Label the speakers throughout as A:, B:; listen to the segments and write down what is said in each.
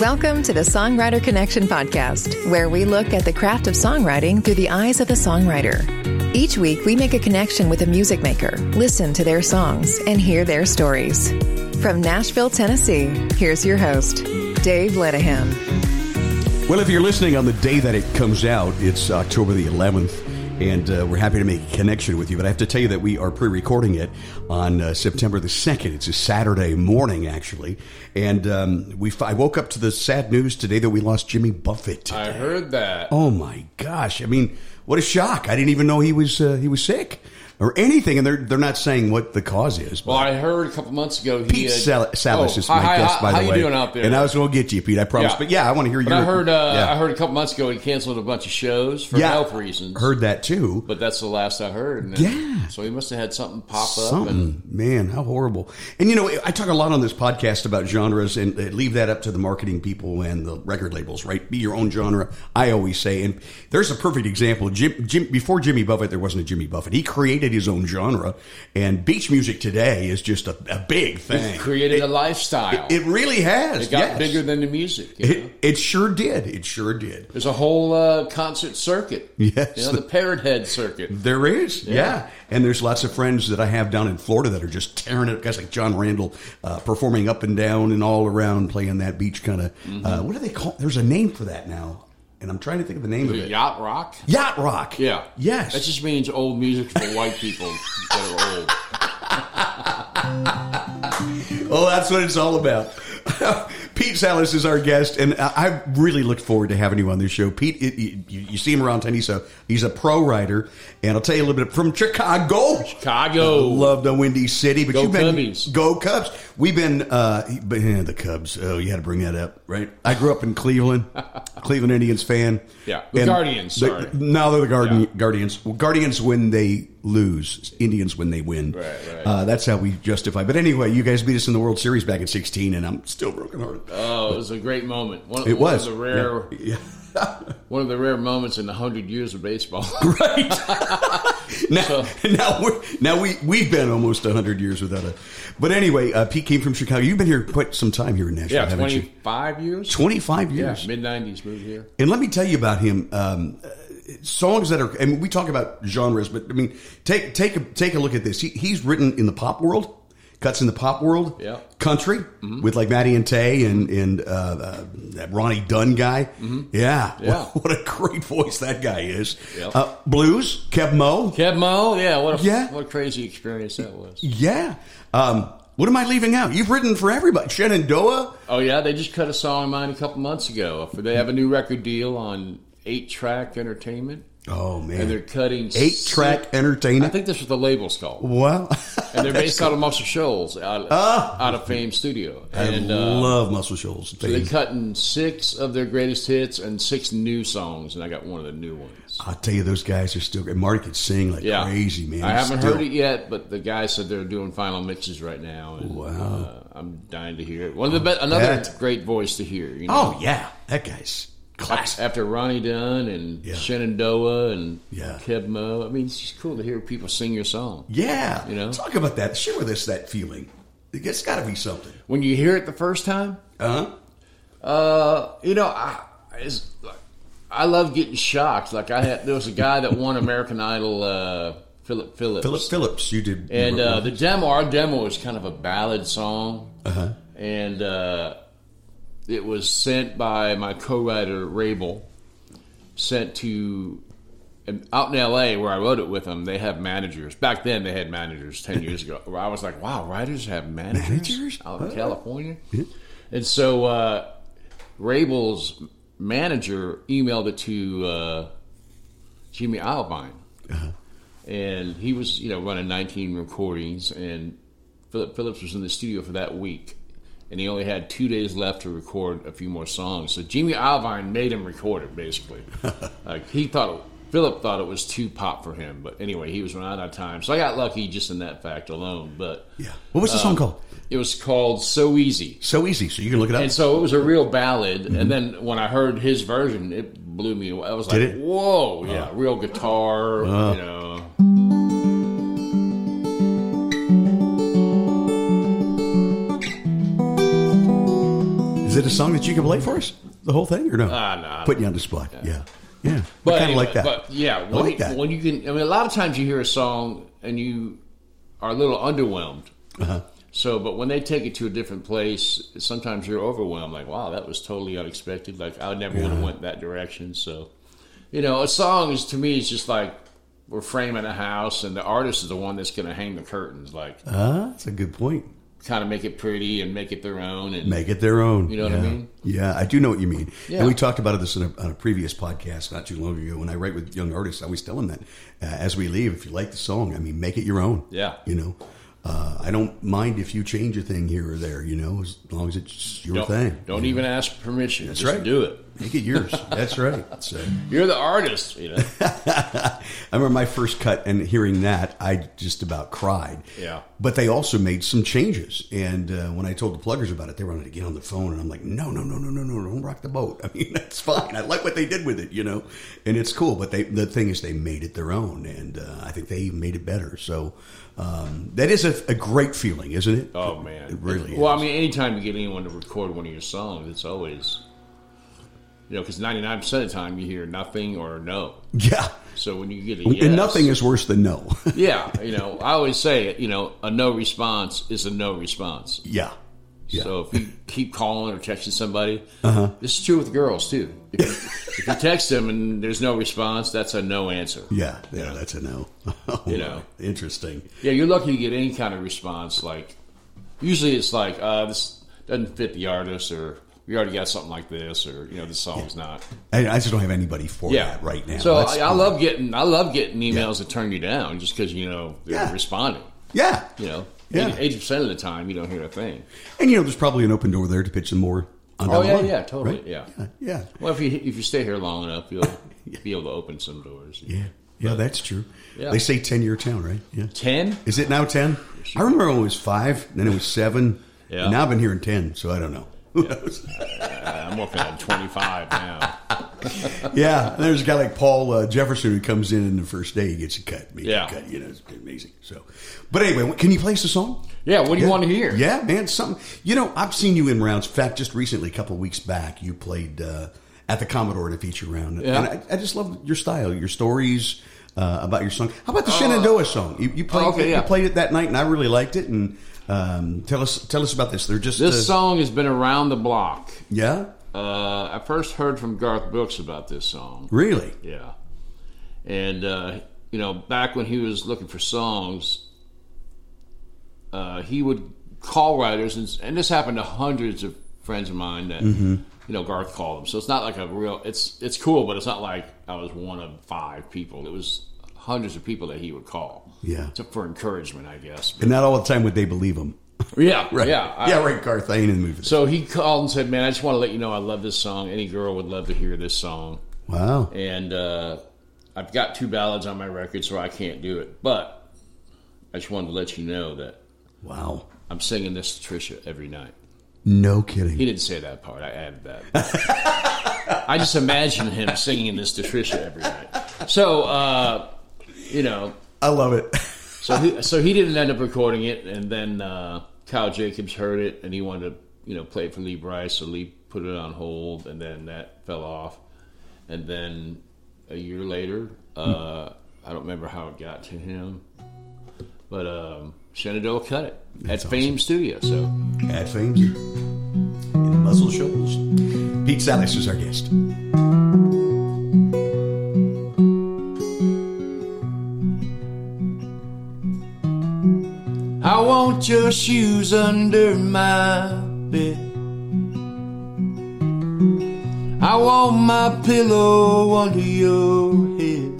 A: Welcome to the Songwriter Connection podcast, where we look at the craft of songwriting through the eyes of the songwriter. Each week, we make a connection with a music maker, listen to their songs, and hear their stories. From Nashville, Tennessee, here's your host, Dave Ledeham.
B: Well, if you're listening on the day that it comes out, it's October the 11th, and uh, we're happy to make a connection with you. But I have to tell you that we are pre recording it on uh, September the 2nd. It's a Saturday morning, actually. And um, we, f- I woke up to the sad news today that we lost Jimmy Buffett. today.
C: I heard that.
B: Oh my gosh! I mean, what a shock! I didn't even know he was uh, he was sick or anything, and they're they're not saying what the cause is. But
C: Well, I heard a couple months ago he
B: Pete
C: had,
B: Sal- Salas
C: Oh,
B: is my
C: hi,
B: guest,
C: hi,
B: by
C: how
B: the way.
C: you doing out there?
B: And I was going to get you, Pete. I promise. But yeah, I want to hear
C: But
B: your.
C: I heard. Uh,
B: yeah.
C: I heard a couple months ago he canceled a bunch of shows for
B: Yeah.
C: health reasons.
B: Heard that too.
C: But that's the last I heard. And
B: Yeah.
C: So he must have had something pop up. And
B: Something, man, how horrible! And you know, I talk a lot on this podcast about genres, and uh, leave that up to the marketing people and the record labels, right? Be your own genre. I always say, and there's a perfect example. Jim, Jim, before Jimmy Buffett, there wasn't a Jimmy Buffett. He created his own genre, and beach music today is just a, a big thing.
C: he created a lifestyle.
B: It really has.
C: It got
B: yes.
C: bigger than the music. you know?
B: It, it sure did. It sure did.
C: There's a whole uh, concert circuit.
B: Yes.
C: You know, the Parrot Head circuit.
B: There is, yeah. And there's lots of friends that I have down in Florida that are just tearing it up. Guys like John Randall uh, performing up and down and all around, playing that beach kind of.
C: Mm-hmm.
B: Uh, what do they call? There's a name for that now, and I'm trying to think of the name of it.
C: Yacht rock.
B: Yacht rock.
C: Yeah.
B: Yes.
C: That just means old music for white people that are old.
B: Oh, that's what it's all about. Pete Salas is our guest, and I I really look forward to having you on this show. Pete, it, you, you see him around Tennessee. So he's a pro writer, and I'll tell you a little bit from Chicago.
C: Chicago.
B: Love the Windy City, but
C: Go
B: you've been
C: Cubbies.
B: go Cubs. We've been, uh, but yeah, the Cubs. Oh, you had to bring that up, right? I grew up in Cleveland, Cleveland Indians fan.
C: Yeah, the Guardians,
B: the-
C: sorry.
B: now they're the Guardian,
C: Yeah.
B: Guardians. Well, Guardians when they lose, Indians when they win.
C: Right, right.
B: Uh, that's how we justify. But anyway, you guys beat us in the World Series back in '16, and I'm still brokenhearted.
C: Oh, it was a great moment. One,
B: it
C: one
B: was
C: of the rare,
B: Yeah.
C: one of the rare moments in the hundred years of baseball.
B: Now,
C: So-
B: now we're now we we've been almost hundred years without a. But anyway, uh, Pete came from Chicago. You've been here quite some time here in Nashville,
C: yeah,
B: haven't you?
C: twenty five years.
B: 25
C: Yeah,
B: years.
C: mid nineties moved here.
B: and let me tell you about him. Um, uh, songs that are, I mean, we talk about genres, but I mean, take take a, take a look at this. He, he's written in the pop world, cuts in the pop world,
C: Yeah. Mm-hmm.
B: country with like Matty and Tay and and uh, uh, that Ronnie Dunn guy. Yeah,
C: Mm-hmm. Yeah.
B: What, a great voice that guy is.
C: Yep.
B: Uh, blues, Kev Moe.
C: Kev Mo, yeah, what a
B: Yeah.
C: what a crazy experience that was.
B: Yeah. Um, what am I leaving out? You've written for everybody. Shenandoah.
C: Oh yeah, they just cut a song of mine a couple months ago. They have a new record deal on Eight Track Entertainment,
B: Oh
C: and they're
B: man,
C: cutting
B: eight
C: six-
B: track
C: I
B: entertainment.
C: think that's what the label's called,
B: Wow.
C: and they're based out of Muscle Shoals, out,
B: Ah.
C: out of Fame Studio, and
B: I
C: uh,
B: love Muscle Shoals.
C: They
B: They-
C: cut in six of their greatest hits and six new songs, and I got one of the new ones.
B: I'll tell you, those guys are still great. Marty could sing like
C: Yeah,
B: crazy, man.
C: I haven't
B: Still-
C: heard it yet, but the guy said they're doing final mixes right now. And,
B: Wow. Oh,
C: uh, I'm dying to hear it. One of the best, another
B: that-
C: great voice to hear. You know,
B: Oh yeah, that guy's class.
C: after Ronnie Dunn and
B: Yeah.
C: Shenandoah and
B: Yeah.
C: Keb Mo, I mean, it's just cool to hear people sing your song.
B: Yeah,
C: You know?
B: talk about that. Share with us that feeling. It's got to be something.
C: When you hear it the first time,
B: Uh huh.
C: Uh, you know, I it's, I love getting shocked. Like I had, there was a guy that won American Idol, uh, Philip Phillips,
B: Philip Phillips, you did.
C: and uh, the demo, our demo was kind of a ballad song, uh-huh. and uh, it was sent by my co-writer Rabel, sent to. And out in L.A., where I wrote it with them, they have managers. Back then, they had managers. Ten years ago, I was like, "Wow, writers have managers,
B: Managers?
C: out in California." And so, uh, Rabel's manager emailed it to uh, Jimmy Albine, and he was you know running 19 recordings, and Philip Phillips was in the studio for that week, and he only had two days left to record a few more songs. So Jimmy Albine made him record it basically. like he thought. Philip thought it was too pop for him, but anyway, he was running out of time. So I got lucky just in that fact alone. But
B: yeah. What
C: Uh,
B: was the song called?
C: it was called "So Easy."
B: So easy, so you can look it up.
C: And so it was a real ballad. And then when I heard his version, it blew me away. I was like,
B: Mm-hmm. Did it? Uh-huh.
C: whoa, yeah, real guitar, you know.
B: Is it a song that you can play for us? The whole thing or no?
C: Ah, no, I
B: Putting you on the spot. Yeah. Yeah.
C: But
B: kind of
C: anyway,
B: like that.
C: But yeah,
B: I
C: when,
B: like that.
C: when you can, I mean, a lot of times you hear a song and you are a little underwhelmed.
B: Uh-huh.
C: So, but when they take it to a different place, sometimes you're overwhelmed. Like, wow, that was totally unexpected. Like, I never would have went that direction. So, you know, a song is to me is just like we're framing a house, and the artist is the one that's going to hang the curtains, like
B: Ah, that's a good point.
C: kind of make it pretty and make it their own. And
B: Make it their own.
C: You know what I
B: Yeah.
C: mean?
B: Yeah, I do know what you mean.
C: Yeah.
B: And we talked about this in a, on a previous podcast not too long ago. When I write with young artists, I always tell them that uh, as we leave, if you like the song, I mean, make it your own.
C: Yeah.
B: You know, uh, I don't mind if you change a thing here or there, you know, as long as it's your
C: don't,
B: thing.
C: don't even ask permission. That's just
B: right.
C: Do it.
B: Make it yours. That's right. So.
C: You're the artist. You know.
B: I remember my first cut and hearing that, I just about cried.
C: Yeah.
B: But they also made some changes. And uh, when I told the pluggers about it, they wanted to get on the phone. And I'm like, no, no, no, no, no, no, don't rock the boat. I mean, that's fine. I like what they did with it, you know, and it's cool. But they, the thing is, they made it their own. And uh, I think they even made it better. So um, that is a, a great feeling, isn't it?
C: Oh man,
B: It really
C: Well,
B: is.
C: I mean, anytime you get anyone to record one of your songs, it's always, you know, because ninety nine percent of the time you hear nothing or no.
B: yeah.
C: So when you get a yes,
B: And nothing is worse than no.
C: yeah, you know, I always say, you know, a no response is a no response.
B: yeah. Yeah. Uh-huh.
C: So if you keep calling or texting somebody, this is true with girls too. If you, if you text them and there's no response, that's a no answer.
B: yeah. Yeah. That's a no. Oh,
C: You know.
B: Interesting.
C: Yeah, you're lucky to get any kind of response. Like, usually it's like, uh, this doesn't fit the artist, or we already got something like this, or you know, this song's not.
B: I, I just don't have anybody for
C: Yeah,
B: that right now.
C: So
B: That's
C: I, I
B: cool.
C: love getting, I love getting emails that turn you down just because you know they're
B: Yeah.
C: responding.
B: Yeah.
C: You know,
B: Yeah.
C: eighty percent of the time you don't hear a thing.
B: And you know, there's probably an open door there to pitch some more. on
C: Oh
B: down the
C: yeah,
B: line,
C: yeah, totally,
B: right?
C: yeah.
B: yeah,
C: Well, if you if you stay here long enough, you'll be able to open some doors.
B: yeah, yeah. That's true.
C: Yeah.
B: They say ten year town, right? Yeah.
C: Ten?
B: Is it now ten? I remember when it was five, then it was seven.
C: Yeah.
B: And now I've been hearing ten, so I don't know. Who knows?
C: Uh, I'm working on twenty five now.
B: yeah, and there's a guy like Paul uh, Jefferson who comes in, and the first day he gets a cut. maybe a
C: Yeah.
B: cut, you know, it's amazing. So, but anyway, can you place the song?
C: Yeah, what do you want to hear?
B: Yeah, man, something. You know, I've seen you in rounds. In fact, just recently, a couple of weeks back, you played uh, at the Commodore in a feature round.
C: Yeah.
B: And I, I just love your style, your stories uh, about your song. How about the Shenandoah song? You, you played,
C: Oh, okay, yeah.
B: you played it that night, and I really liked it. And um, tell us, tell us about this. They're just
C: This
B: uh,
C: song has been around the block.
B: Yeah,
C: Uh, I first heard from Garth Brooks about this song.
B: really.
C: Yeah. And, uh, you know, back when he was looking for songs, uh, he would call writers, and, and this happened to hundreds of friends of mine that,
B: Mm-hmm.
C: you know, Garth called them. So it's not like a real, it's, it's cool, but it's not like I was one of five people. It was hundreds of people that he would call.
B: Yeah.
C: To, for encouragement, I guess.
B: And not all the time would they believe him.
C: yeah. Yeah. I-
B: yeah, right, Garth. I ain't in the movie.
C: So he called and said, "Man, I just want to let you know I love this song. Any girl would love to hear this song."
B: wow.
C: And uh, I've got two ballads on my record, so I can't do it. But I just wanted to let you know that
B: Wow.
C: I'm singing this to Trisha every night.
B: No kidding.
C: He didn't say that part. I added that. I just imagine him singing this to Trisha every night. So uh, you know,
B: I love it.
C: so he, so he didn't end up recording it, and then uh, Kyle Jacobs heard it, and he wanted to you know play it for Lee Bryce, so Lee put it on hold, and then that fell off, and then a year later, uh, I don't remember how it got to him, but um, Shenandoah cut it at Fame Studio. So
B: At Fames and Muscle Shoals. Pete Salas is our guest.
C: I want your shoes under my bed. I want my pillow under your head.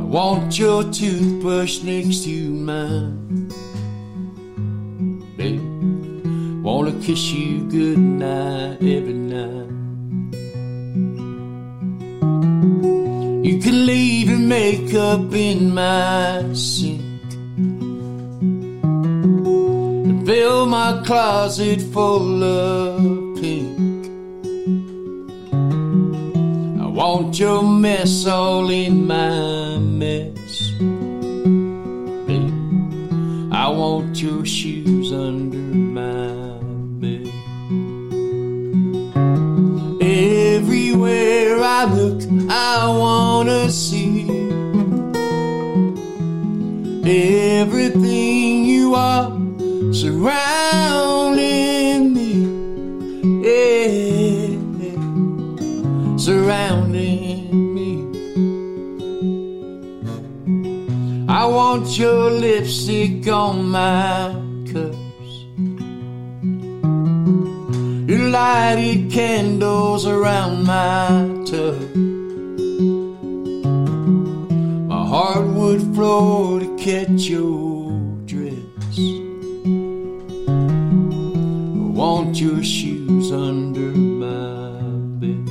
C: I want your toothbrush next to mine. Babe, wanna kiss you goodnight every night. You can leave your makeup in my sink and fill my closet full of pink. I want your mess all in my mess. Babe, I want your shoes under my
D: surrounding me. Yeah, surrounding me. I want your lipstick on my cups. Your lighted candles around my tub. My hardwood floor to catch your dress. I want your shoes under my bed.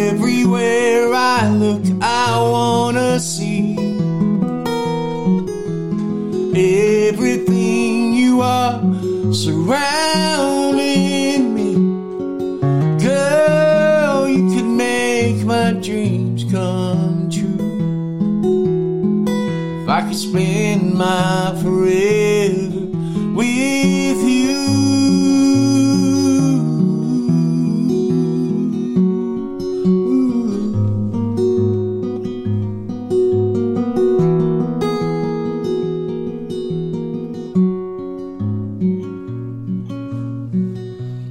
D: Everywhere I look, I wanna see everything you are surrounding me. Girl, you could make my dreams come true. If I could spend my forever with you.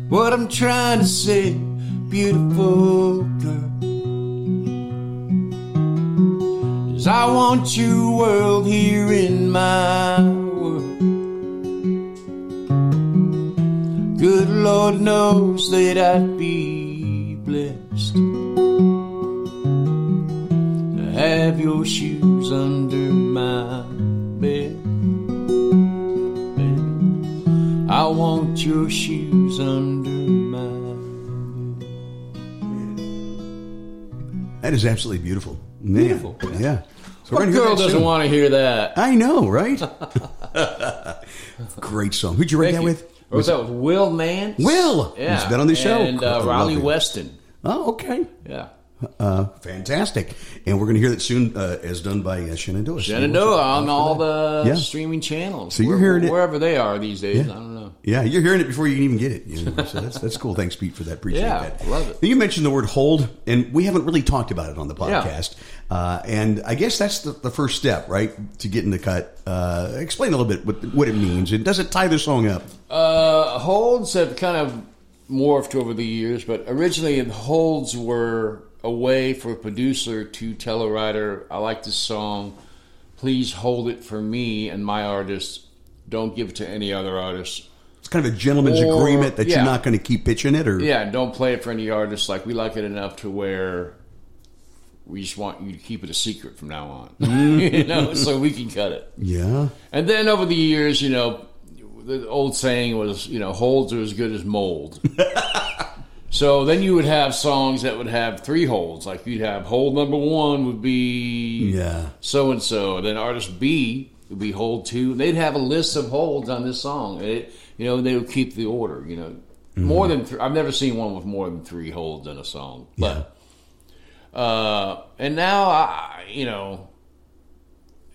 D: What I'm trying to say, beautiful girl, is I want your world here in my world. Good Lord knows that I'd be blessed to have your shoes under my bed. bed. I want your shoes under my.
B: That is absolutely beautiful. Man.
C: Beautiful.
B: Yeah. So
C: What
B: gonna hear
C: girl
B: that
C: doesn't
B: soon.
C: want to hear that?
B: I know, right? Great song. Who'd you write
C: Thank
B: that
C: you.
B: with?
C: Or was that with Will Nance?
B: Will!
C: Yeah.
B: He's been on the show.
C: And
B: I
C: uh,
B: love
C: Ronnie
B: him.
C: Weston.
B: Oh, okay.
C: Yeah.
B: Uh, fantastic. And we're going to hear that soon, uh, as done by uh, Shenandoah. So
C: Shenandoah
B: watch out-
C: on
B: watch for
C: all
B: that.
C: the
B: Yeah.
C: streaming channels.
B: So you're
C: where-
B: hearing it-
C: Wherever they are these days.
B: Yeah.
C: I don't know.
B: Yeah, you're hearing it before you can even get it. You know? So that's that's cool. Thanks, Pete, for that. Appreciate
C: Yeah,
B: that.
C: love it.
B: Now, You mentioned the word hold, and we haven't really talked about it on the podcast. Uh, and I guess that's the, the first step, right, to get in the cut. Uh, explain a little bit what, what it means, and does it tie the song up?
C: Uh, holds have kind of morphed over the years, but originally the holds were a way for a producer to tell a writer, I like this song, please hold it for me and my artist. Don't give it to any other artist.
B: It's kind of a gentleman's
C: Or-
B: agreement that
C: yeah.
B: you're not going to keep pitching it, or
C: Yeah, and don't play it for any artist. Like, we like it enough to where we just want you to keep it a secret from now on, you know, so we can cut it.
B: yeah,
C: And then over the years, you know, the old saying was, you know, holds are as good as mold. so then you would have songs that would have three holds. Like you'd have hold number one would be
B: yeah.
C: so and so. Then artist B would be hold two. They'd have a list of holds on this song. And it, you know, they would keep the order, you know. More than three, I've never seen one with more than three holds in a song. But uh, and now I, you know,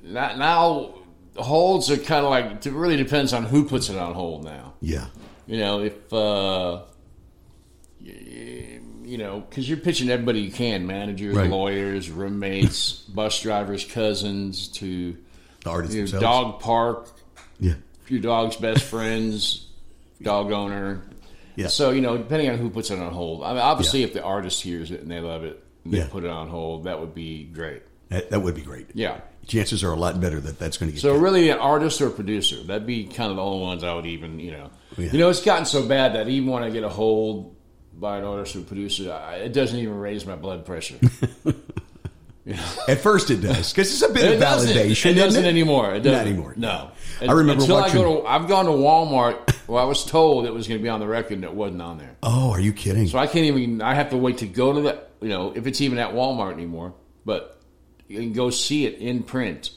C: now, now holds are kind of like it really depends on who puts it on hold now.
B: yeah,
C: You know, if uh, y- you know, because you're pitching everybody you can: managers,
B: Right.
C: lawyers, roommates, bus drivers, cousins, to
B: the artists
C: your
B: themselves.
C: dog park,
B: yeah,
C: your dog's best friends, dog owner.
B: Yeah.
C: So you know, depending on who puts it on hold. I mean, obviously, if the artist hears it and they love it, and they
B: Yeah.
C: put it on hold. That would be great.
B: that, that would be great.
C: Yeah.
B: Chances are a lot better that that's going to get
C: So
B: cut.
C: really, an artist or a producer. That'd be kind of the only ones I would even, you know.
B: Yeah.
C: You know, it's gotten so bad that even when I get a hold by an artist or producer, I, it doesn't even raise my blood pressure.
B: At first, it does because it's a bit
C: It
B: of
C: doesn't.
B: validation.
C: It
B: isn't
C: doesn't anymore. It doesn't.
B: Not anymore.
C: No.
B: I remember
C: until
B: watching-
C: I go to, I've gone to Walmart. Well, I was told it was going to be on the record, and it wasn't on there.
B: Oh, are you kidding?
C: So I can't even. I have to wait to go to that. You know, if it's even at Walmart anymore, but you can go see it in print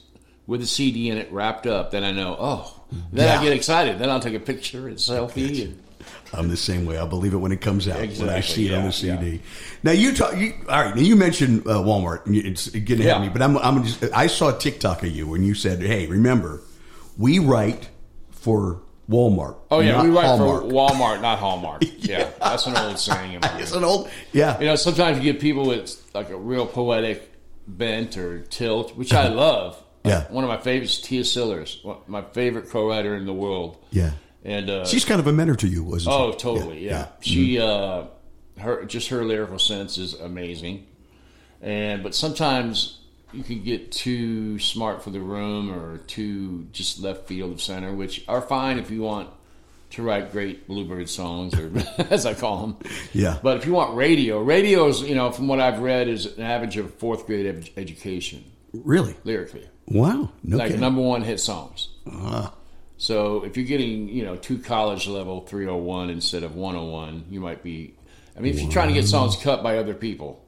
C: with a CD in it wrapped up. Then I know. Oh, then
B: Yeah.
C: I get excited. Then I'll take a picture and selfie. And,
B: I'm the same way. I'll believe it when it comes out when I
C: Exactly,
B: see it on
C: yeah,
B: the CD. Now you talk. You, all right. Now you mentioned uh, Walmart. and It's getting ahead of
C: Yeah.
B: me, but I'm. I'm just, I saw a TikTok of you when you said, "Hey, remember, we write for Walmart.
C: oh yeah,
B: not
C: we write
B: Hallmark."
C: for Walmart, not Hallmark. yeah. that's an old saying. Of
B: It's
C: mine.
B: an old. Yeah.
C: You know, sometimes you get people with like a real poetic bent or tilt, which I love.
B: Yeah.
C: One of my favorites, Tia Sillers, one- my favorite co-writer in the world.
B: Yeah.
C: And uh,
B: She's kind of a mentor to you, wasn't
C: Oh,
B: she?
C: totally. Yeah. She uh her just her lyrical sense is amazing. And but sometimes you can get too smart for the room or too just left field of center, which are fine if you want to write great bluebird songs or as I call them.
B: Yeah.
C: But if you want radio, radio is, you know, from what I've read is an average of fourth grade ed- education
B: Really?
C: lyrically
B: Wow. No
C: like
B: kidding.
C: number one hit songs. Uh-huh. So if you're getting you know two college level 301 instead of 101, you might be. I mean, if you're trying to get songs cut by other people,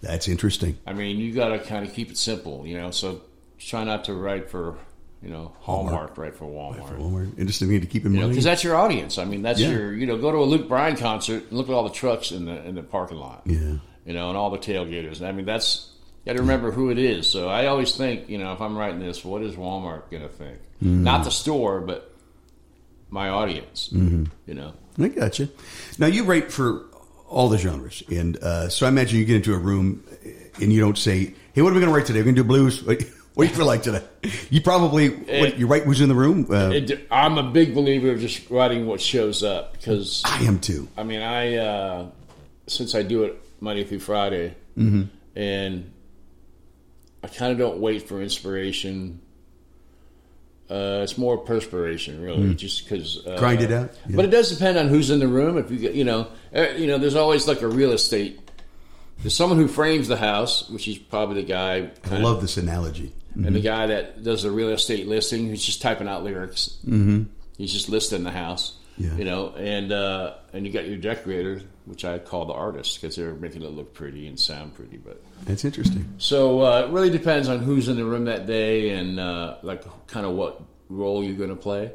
B: That's interesting.
C: I mean, you got to kind of keep it simple, you know. So try not to write for you know Hallmark, write for Walmart.
B: Well, we're interested in to keep in mind.
C: Because that's your audience. I mean, that's
B: Yeah.
C: your you know. Go to a Luke Bryan concert and look at all the trucks in the in the parking lot.
B: Yeah.
C: You know, and all the tailgaters. I mean, that's you got to remember who it is. So I always think, you know, if I'm writing this, what is Walmart going to think? Not the store, but my audience. You know,
B: I gotcha. Now you write for all the genres, and uh, so I imagine you get into a room and you don't say, "Hey, what are we going to write today? We're going to do blues." What do you feel like today? You probably what, you write who's in the room. Uh,
C: it, I'm a big believer of just writing what shows up because
B: I am too.
C: I mean, I uh, since I do it Monday through Friday,
B: Mm-hmm.
C: and I kind of don't wait for inspiration. Uh, it's more perspiration, really, just because uh,
B: Mm-hmm. Grind it out, yeah.
C: But it does depend on who's in the room. If you get, you know, uh, you know, there's always like a real estate. There's someone who frames the house, which is probably the guy,
B: I love this analogy.
C: and the guy that does the real estate listing, who's just typing out lyrics. He's just listing the house,
B: Yeah.
C: you know, and uh, and you got your decorator, which I call the artist because they're making it look pretty and sound pretty. But
B: That's interesting.
C: so uh, it really depends on who's in the room that day and uh, like kind of what role you're going to play.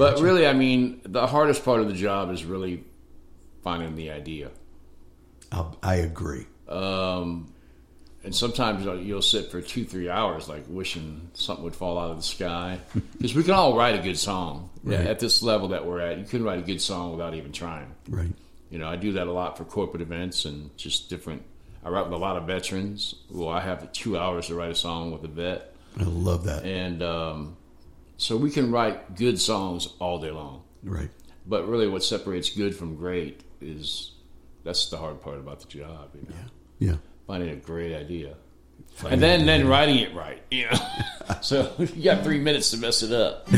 C: But really, I mean, the hardest part of the job is really finding the idea.
B: I'll, I agree.
C: and sometimes uh, you'll sit for two, three hours, like wishing something would fall out of the sky. Because we can all write a good song
B: Right.
C: at this level that we're at. You couldn't write a good song without even trying.
B: Right.
C: You know, I do that a lot for corporate events and just different. I write with a lot of veterans. Well, I have two hours to write a song with a vet,
B: I love that.
C: and um, so we can write good songs all day long.
B: right.
C: But really, what separates good from great is that's the hard part about the job. You know?
B: Yeah.
C: finding a great idea, and then then writing it right. You know, so you got three minutes to mess it up.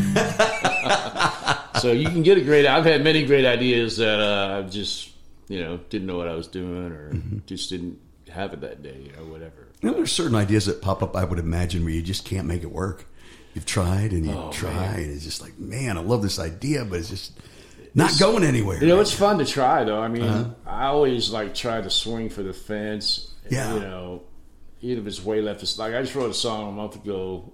C: so you can get a great. I've had many great ideas that uh, I just you know didn't know what I was doing or just didn't have it that day. You know, whatever.
B: Now, there's certain ideas that pop up. I would imagine where you just can't make it work. You've tried and you
C: Oh,
B: try, and it's just like, man, I love this idea, but it's just not going anywhere.
C: You know, it's fun to try though. I mean,
B: Uh-huh.
C: I always like try to swing for the fence.
B: Yeah.
C: You know, even if it's way left, it's like I just wrote a song a month ago.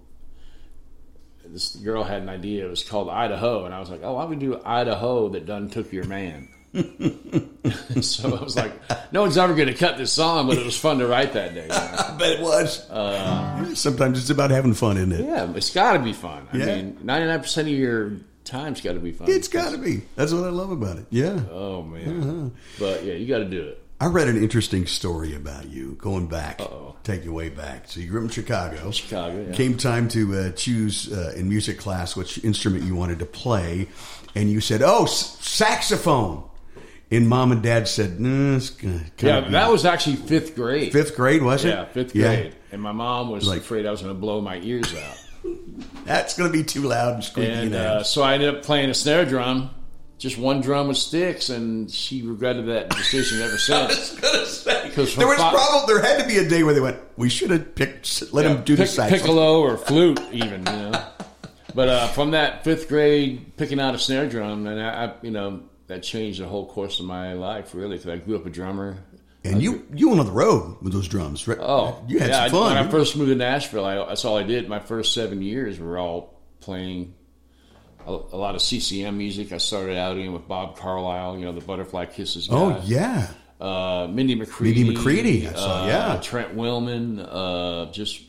C: This girl had an idea. It was called Idaho, and I was like, "Oh, I would do Idaho that done took your man." so I was like, "No one's ever going to cut this song," but it was fun to write that day. you know?
B: I bet it was. Sometimes it's about having fun, isn't it?
C: Uh, Yeah, it's got to be fun. I
B: Yeah.
C: mean, ninety nine percent of your time's got to be fun.
B: It's got to be. That's what I love about it. Yeah.
C: oh man,
B: Uh-huh.
C: but yeah, you got to do it.
B: I read an interesting story about you going back, take you way back. So you grew up in Chicago.
C: Chicago, yeah.
B: Came time to uh, choose uh, in music class which instrument you wanted to play, and you said, "Oh, s- saxophone." And mom and dad said, "No, it's gonna
C: Yeah,
B: kinda be-
C: that was actually fifth grade.
B: fifth grade, was it?
C: Yeah, fifth
B: Yeah.
C: grade. And my mom was
B: Like-
C: afraid I was going to blow my ears out.
B: That's gonna be too loud and squeaky. And,
C: and uh, so I ended up playing a snare drum, just one drum with sticks, and she regretted that decision ever since. Because
B: there was probably there had to be a day where they went, "We should have picked, let him do the saxophone."
C: piccolo or flute, even. You know? but uh, from that fifth grade picking out a snare drum, and I, I you know that changed the whole course of my life really. Because I grew up a drummer.
B: And you you went on the road with those drums. Right?
C: Oh,
B: you had
C: yeah, I-
B: some fun.
C: When I
B: You-
C: first moved to Nashville, I, that's all I did. My first seven years were all playing a, a lot of CCM music. I started out in with Bob Carlisle, you know, the Butterfly Kisses. Guy.
B: oh yeah.
C: uh, Mindy McCready,
B: Mindy McCready, I saw,
C: uh,
B: yeah.
C: Trent Willman, uh, just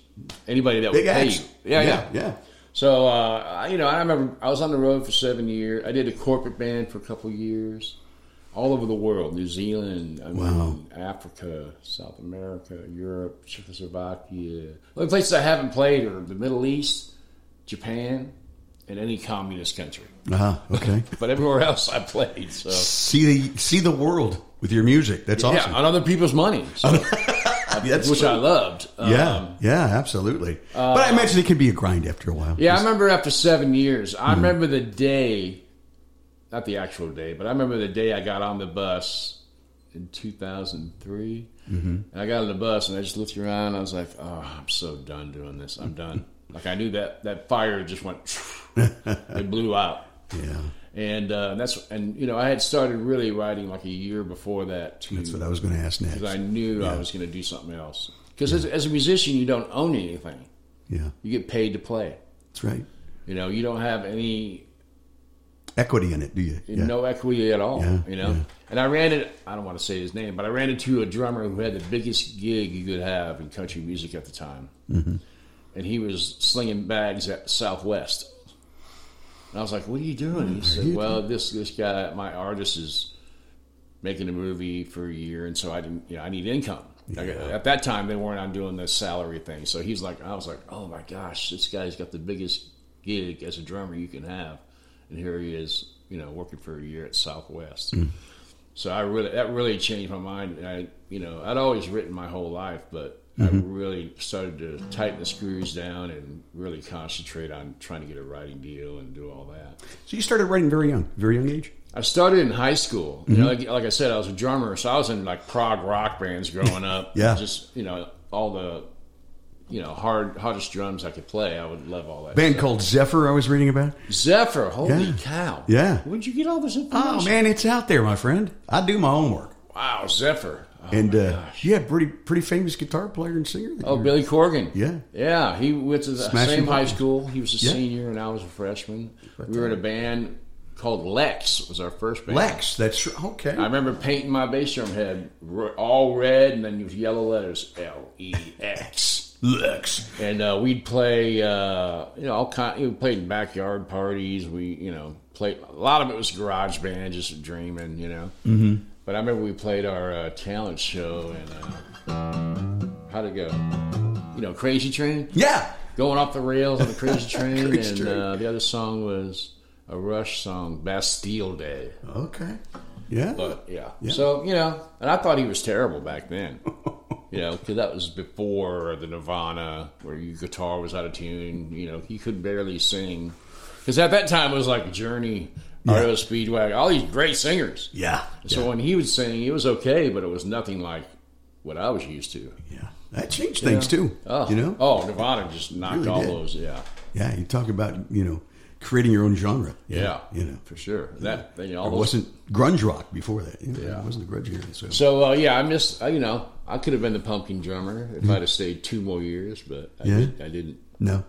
C: anybody that
B: Big
C: would pay
B: acts.
C: you. Yeah, yeah,
B: yeah, yeah.
C: So uh, I- you know, I remember I was on the road for seven years. I did a corporate band for a couple years. all over the world New Zealand, I mean,
B: Wow.
C: Africa, South America, Europe, Czechoslovakia. The only places I haven't played are the Middle East, Japan, and any communist country.
B: Uh-huh. Okay.
C: But everywhere else I played. So
B: see the see the world with your music. That's awesome.
C: yeah, uh, on other people's money, so,
B: That's
C: which I
B: sweet.
C: loved.
B: Yeah,
C: Um, uh,
B: yeah, absolutely. but I imagine it can be a grind after a while.
C: Yeah, I remember after seven years, I remember the day, not the actual day, but I remember the day I got on the bus in 2003. And I got on the bus and I just looked around. I was like, oh, I'm so done doing this. I'm done. like, I knew that that fire just went, it blew out.
B: yeah,
C: And uh, that's, and you know, I had started really writing like a year before that to
B: that's what I was going to ask next.
C: because I knew I was going to do something else. Because as, as a musician, you don't own anything.
B: yeah,
C: You get paid to play.
B: that's right.
C: You know, you don't have any
B: Equity in it, do you? Yeah.
C: no equity at all.
B: Yeah,
C: You know,
B: yeah.
C: and I ran it. I don't want to say his name, but I ran into a drummer who had the biggest gig you could have in country music at the time,
B: Mm-hmm.
C: and he was slinging bags at Southwest. And I was like, "What are you doing?" He said, "Well, this this guy, my artist, is making a movie for a year, and so I didn't. You know, I need income." Like, at that time, they weren't on doing the salary thing, so he's like, "I was like, oh my gosh, this guy's got the biggest gig as a drummer you can have, and here he is, you know, working for a year at Southwest." So I really that really changed my mind. And I you know I'd always written my whole life, but I really started to tighten the screws down and really concentrate on trying to get a writing deal and do all that.
B: So you started writing very young, very young age.
C: I started in high school. You know,
B: Mm-hmm.
C: like, like I said, I was a drummer, so I was in like prog rock bands growing up.
B: Yeah.
C: just you know all the you know hard hardest drums I could play. I would love all that.
B: Band
C: stuff.
B: called Zephyr. I was reading about.
C: Zephyr. Holy
B: Yeah.
C: cow!
B: Yeah.
C: where'd you get all this information?
B: Oh man, it's out there, my friend. I do my homework.
C: Wow, Zephyr. Oh,
B: and
C: my
B: uh,
C: gosh.
B: yeah, pretty pretty famous guitar player and singer. that
C: Oh,
B: you're-
C: Billy Corgan.
B: Yeah.
C: Yeah. He went to the
B: Smashing
C: same high
B: Pumpkins.
C: school. He was a
B: Yeah.
C: senior and I was a freshman. We were in a band called Lex, was our first band.
B: Lex. That's r- okay.
C: I remember painting my bass drum head r- all red and then with yellow letters L E X.
B: Lex.
C: And uh, we'd play, uh, you know, all kind. We played in backyard parties. We, you know, played a lot of it was garage band, just dreaming, you know. Mm-hmm. But I remember we played our uh, talent show and uh, how'd it go? You know, Crazy Train
B: Yeah.
C: going off the rails on the crazy train,
B: Crazy
C: and
B: Train.
C: Uh, the other song was a Rush song, Bastille Day.
B: Okay. Yeah.
C: But yeah. so you know, and I thought he was terrible back then. You know, because that was before the Nirvana, where your guitar was out of tune. You know, he could barely sing. Because at that time it was like Journey, R.O. Speedwagon, all these great singers.
B: yeah.
C: So when he was singing, it was okay, but it was nothing like what I was used to.
B: yeah. That changed things too.
C: Oh,
B: you know.
C: oh, Nirvana just knocked
B: Really
C: all
B: did.
C: those. Yeah,
B: Yeah. You talk about you know creating your own genre.
C: Yeah,
B: You know.
C: for sure. That you know, all
B: It
C: those-
B: wasn't grunge rock before that. yeah. It wasn't grunge era. So.
C: So uh, yeah, I missed. Uh, you know, I could have been the pumpkin drummer if I'd have stayed two more years, but I,
B: Yeah.
C: did, I didn't.
B: no.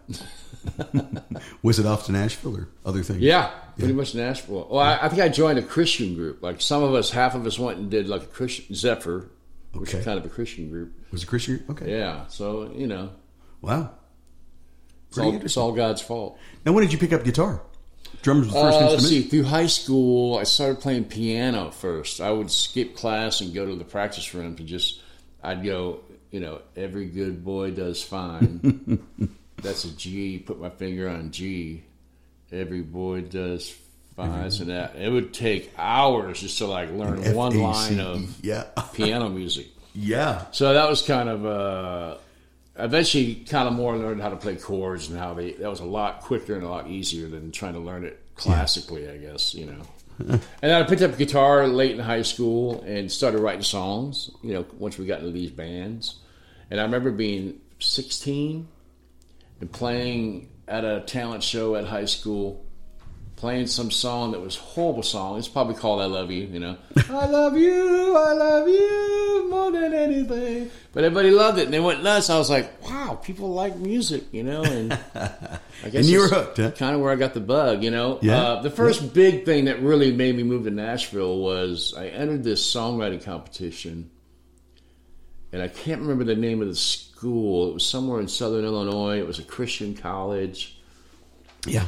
B: was it off to Nashville or other things?
C: Yeah, pretty much Nashville. Well, I, I think I joined a Christian group. Like some of us, half of us went and did like a Christian Zephyr, which
B: Okay.
C: is kind of a Christian group.
B: Was it Christian? Okay.
C: Yeah, so you know,
B: Wow.
C: it's all, it's
B: interesting.
C: all God's fault.
B: Now, when did you pick up guitar? Drums was the first
C: Uh,
B: instrument.
C: let's see. Through high school, I started playing piano first. I would skip class and go to the practice room to just. I'd go, you know, every good boy does fine. That's a G. Put my finger on G. Every boy does fine. And that it would take hours just to like learn
B: E.
C: one
B: FACE.
C: line of
B: yeah,
C: piano music.
B: yeah,
C: So that was kind of uh, eventually kind of more learned how to play chords and how they that was a lot quicker and a lot easier than trying to learn it classically, I guess you know. and then I picked up guitar late in high school and started writing songs. You know, once we got into these bands, and I remember being 16 and playing at a talent show at high school. Playing some song that was a horrible song. It's probably called "I Love You," you know. I love you, I love you more than anything. But everybody loved it, and they went nuts. I was like, "Wow, people like music," you know. And I guess
B: And you were
C: it's
B: hooked, huh?
C: Kind of where I got the bug, you know.
B: Yeah.
C: Uh, the first big thing that really made me move to Nashville was I entered this songwriting competition and I can't remember the name of the school. It was somewhere in southern Illinois. It was a Christian college.
B: yeah.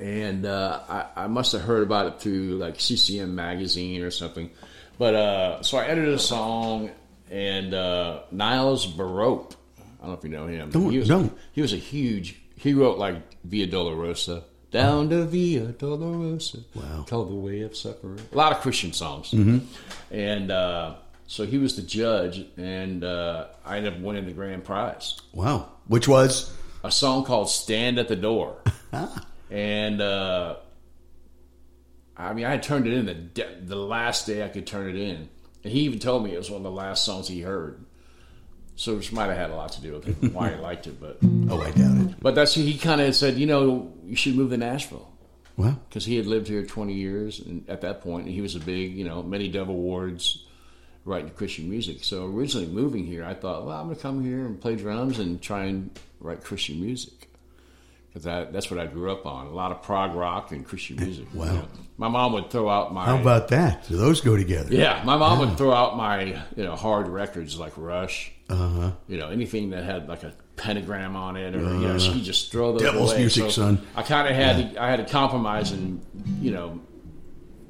C: and uh, I, I must have heard about it through like CCM magazine or something. But uh, so I edited a song, and uh, Niles Barope. I don't know if you know him.
B: Don't-
C: he was,
B: don't.
C: He was a huge. He wrote like Via Dolorosa, Down to Via Dolorosa,
B: Wow. Mm-hmm.
C: Tell the Way of Suffering. A lot of Christian songs, and uh, so he was the judge, and uh, I ended up winning the grand prize
B: Wow. Which was ah,
C: a song called "Stand at the Door," and uh, I mean, I turned it in the de- the last day I could turn it in, and he even told me it was one of the last songs he heard. So which might have had a lot to do with it, why he liked it, but
B: oh, I doubt it.
C: but that's he kind of said, you know, you should move to Nashville
B: Wow.
C: because he had lived here 20 years and at that point and he was a big you know many dove awards writing christian music so originally moving here i thought well i'm going to come here and play drums and try and write christian music because that's what i grew up on a lot of prog rock and christian music
B: Wow.
C: you know. my mom would throw out my
B: How about that? Do those go together?
C: yeah my mom would throw out my you know hard records like rush uh-huh. you know anything that had like a pentagram on it or you know she just throw those
B: Devil's
C: away.
B: music, son.
C: I kind of had to, I had to compromise and you know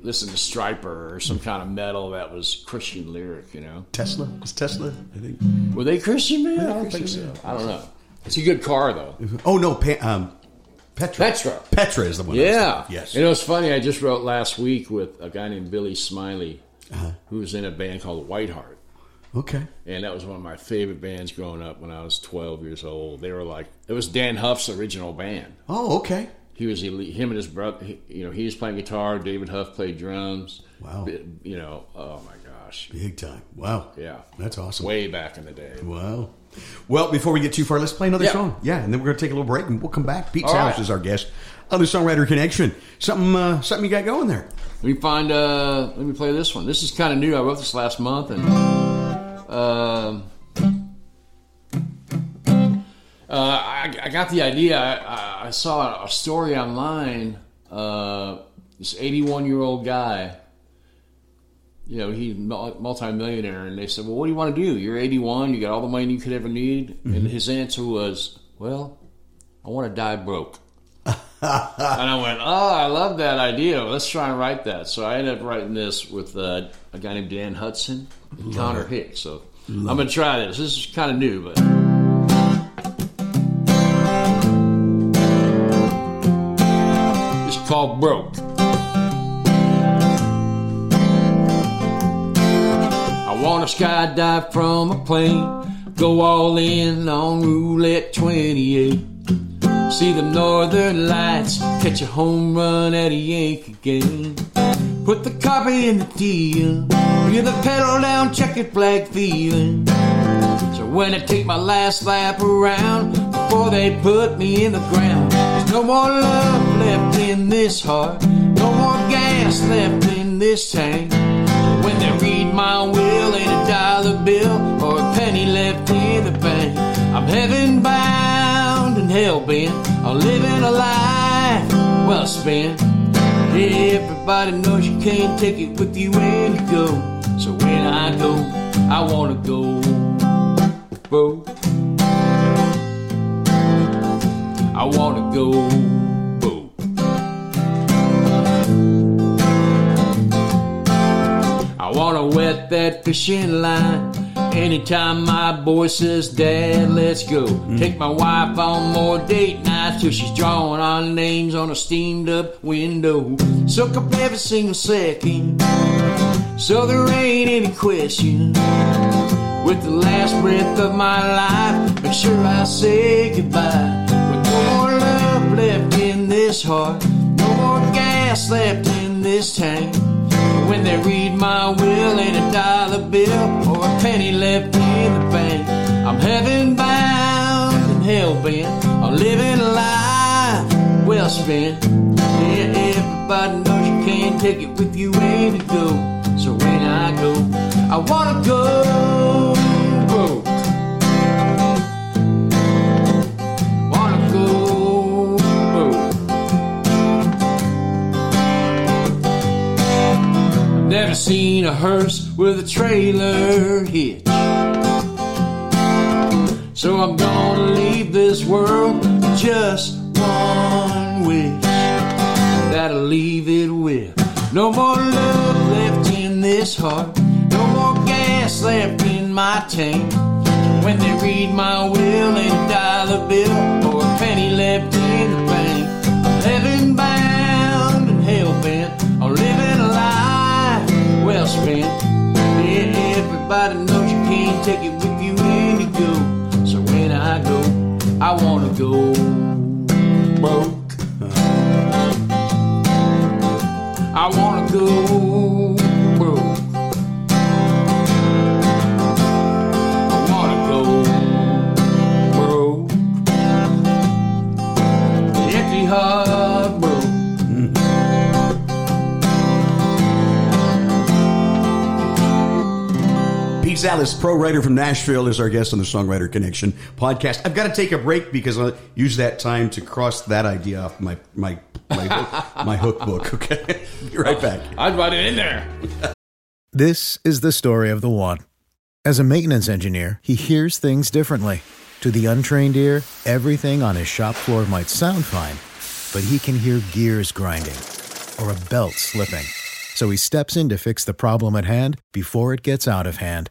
C: listen to Striper or some kind of metal that was Christian lyric. You know,
B: Tesla was Tesla. I think.
C: were they Christian man?
B: I don't think so.
C: I don't know. It's a good car though.
B: Oh no, pa- um, Petra.
C: Petra.
B: Petra is the one. I was
C: Yeah.
B: thinking. Yes.
C: And it was funny. I just wrote last week with a guy named Billy Smiley, who was in a band called Whiteheart.
B: okay.
C: And that was one of my favorite bands growing up when I was 12 years old. They were like, it was Dan Huff's original band.
B: Oh, okay.
C: he was elite. Him and his brother, he- you know, he was playing guitar. David Huff played drums.
B: Wow.
C: Bi- You know, oh my gosh,
B: Big time. Wow.
C: yeah,
B: That's awesome.
C: Way back in the day.
B: Wow. Well, before we get too far, let's play another
C: Yeah.
B: song. Yeah, and then we're going to take a little break, and we'll come back. Pete
C: All
B: House
C: right.
B: is our guest. Other songwriter connection. Something, uh, something you got going there.
C: Let me find. Uh, let me play this one. This is kind of new. I wrote this last month, and um, uh, I, I got the idea. I, I- I saw a story online. Uh, this 81 year old guy. You know, he's mul- multimillionaire, and they said, "Well, what do you want to do? You're 81. You got all the money you could ever need." And his answer was, "Well, I want to die broke." and I went, oh, I love that idea. Let's try and write that. So I ended up writing this with uh, a guy named Dan Hudson, and Connor Hicks. So I'm going to try this. This is kind of new, but it's called Broke. I want to skydive from a plane, go all in on roulette 28. See the northern lights, catch a home run at a Yankee game. Put the copy in the deal, hear the pedal down, checkered flag feeling. So when I take my last lap around, before they put me in the ground, there's no more love left in this heart, no more gas left in this tank. When they read my will in a dollar bill or a penny left in the bank, I'm heaven bound and hell bent. I'm living a life well spent. Everybody knows you can't take it with you when you go. So when I go, I wanna go broke. I wanna go broke. I wanna wet that fishing line. Anytime my boy says, Dad, let's go. Take my wife on more date nights till she's drawing our names on a steamed up window. Soak up every single second, so there ain't any question. With the last breath of my life, make sure I say goodbye. With no more love left in this heart, no more gas left in this tank. When they read my will in a dollar bill or a penny left in the bank, I'm heaven bound and hell bent. I'm living a life well spent. Yeah, everybody knows you can't take it with you when you go. So when I go, I wanna go broke. Wanna go broke. Never seen a hearse with a trailer hitch. So I'm gonna leave this world with just one wish.
D: gotta leave it with. No more love left in this heart. No more gas left in my tank. When they read my will and dollar bill, or a penny left in the bank. Heaven bound and hell bent on living a life well spent. And everybody knows you can't take it with you when you go. So when I go, I wanna go broke. I wanna go broke. I wanna go broke. Empty heart broke.
B: Pete Salas, pro writer from Nashville, is our guest on the Songwriter Connection podcast. I've got to take a break because I use that time to cross that idea off my my my, hook- my hook book. Okay, be right back.
C: I'd write it in there.
E: This is the story of the one. As a maintenance engineer, he hears things differently. To the untrained ear, everything on his shop floor might sound fine, but he can hear gears grinding or a belt slipping. So he steps in to fix the problem at hand before it gets out of hand.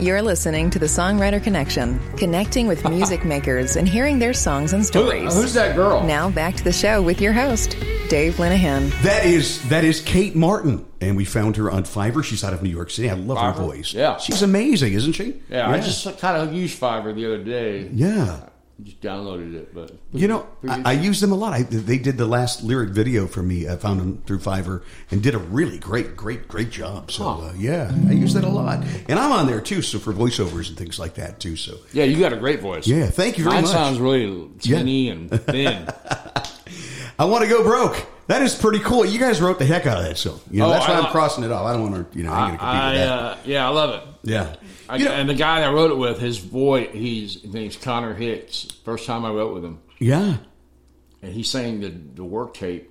A: You're listening to the Songwriter Connection, connecting with music makers and hearing their songs and
C: Who-
A: stories.
C: who's that girl?
A: Now back to the show with your host, Dave Linehan.
B: That is that is Kate Martin, and we found her on Fiverr. She's out of New York City. I love her
C: Fiverr?
B: voice.
C: Yeah.
B: she's amazing, isn't she?
C: Yeah, I just kind of used Fiverr the other day.
B: yeah.
C: Just downloaded it, but
B: You know, I, I use them a lot. I, they did the last lyric video for me. I found them through Fiverr and did a really great, great, great job. So uh, yeah, I use that a lot, and I'm on there too. So for voiceovers and things like that too. So
C: yeah, you got a great voice.
B: yeah, thank you very
C: Mine
B: much.
C: sounds really skinny and thin.
B: I want to go broke. That is pretty cool. You guys wrote the heck out of that song. You know,
C: Oh,
B: that's why
C: I-
B: I, am crossing it off. I don't want to, you know, I ain't gonna
C: I,
B: compete
C: uh, yeah, I love it.
B: with that. Yeah.
C: I,
B: You know-
C: and the guy I wrote it with, his voice, he's, his name's Connor Hicks. First time I wrote with him,
B: yeah.
C: and he sang the, the work tape.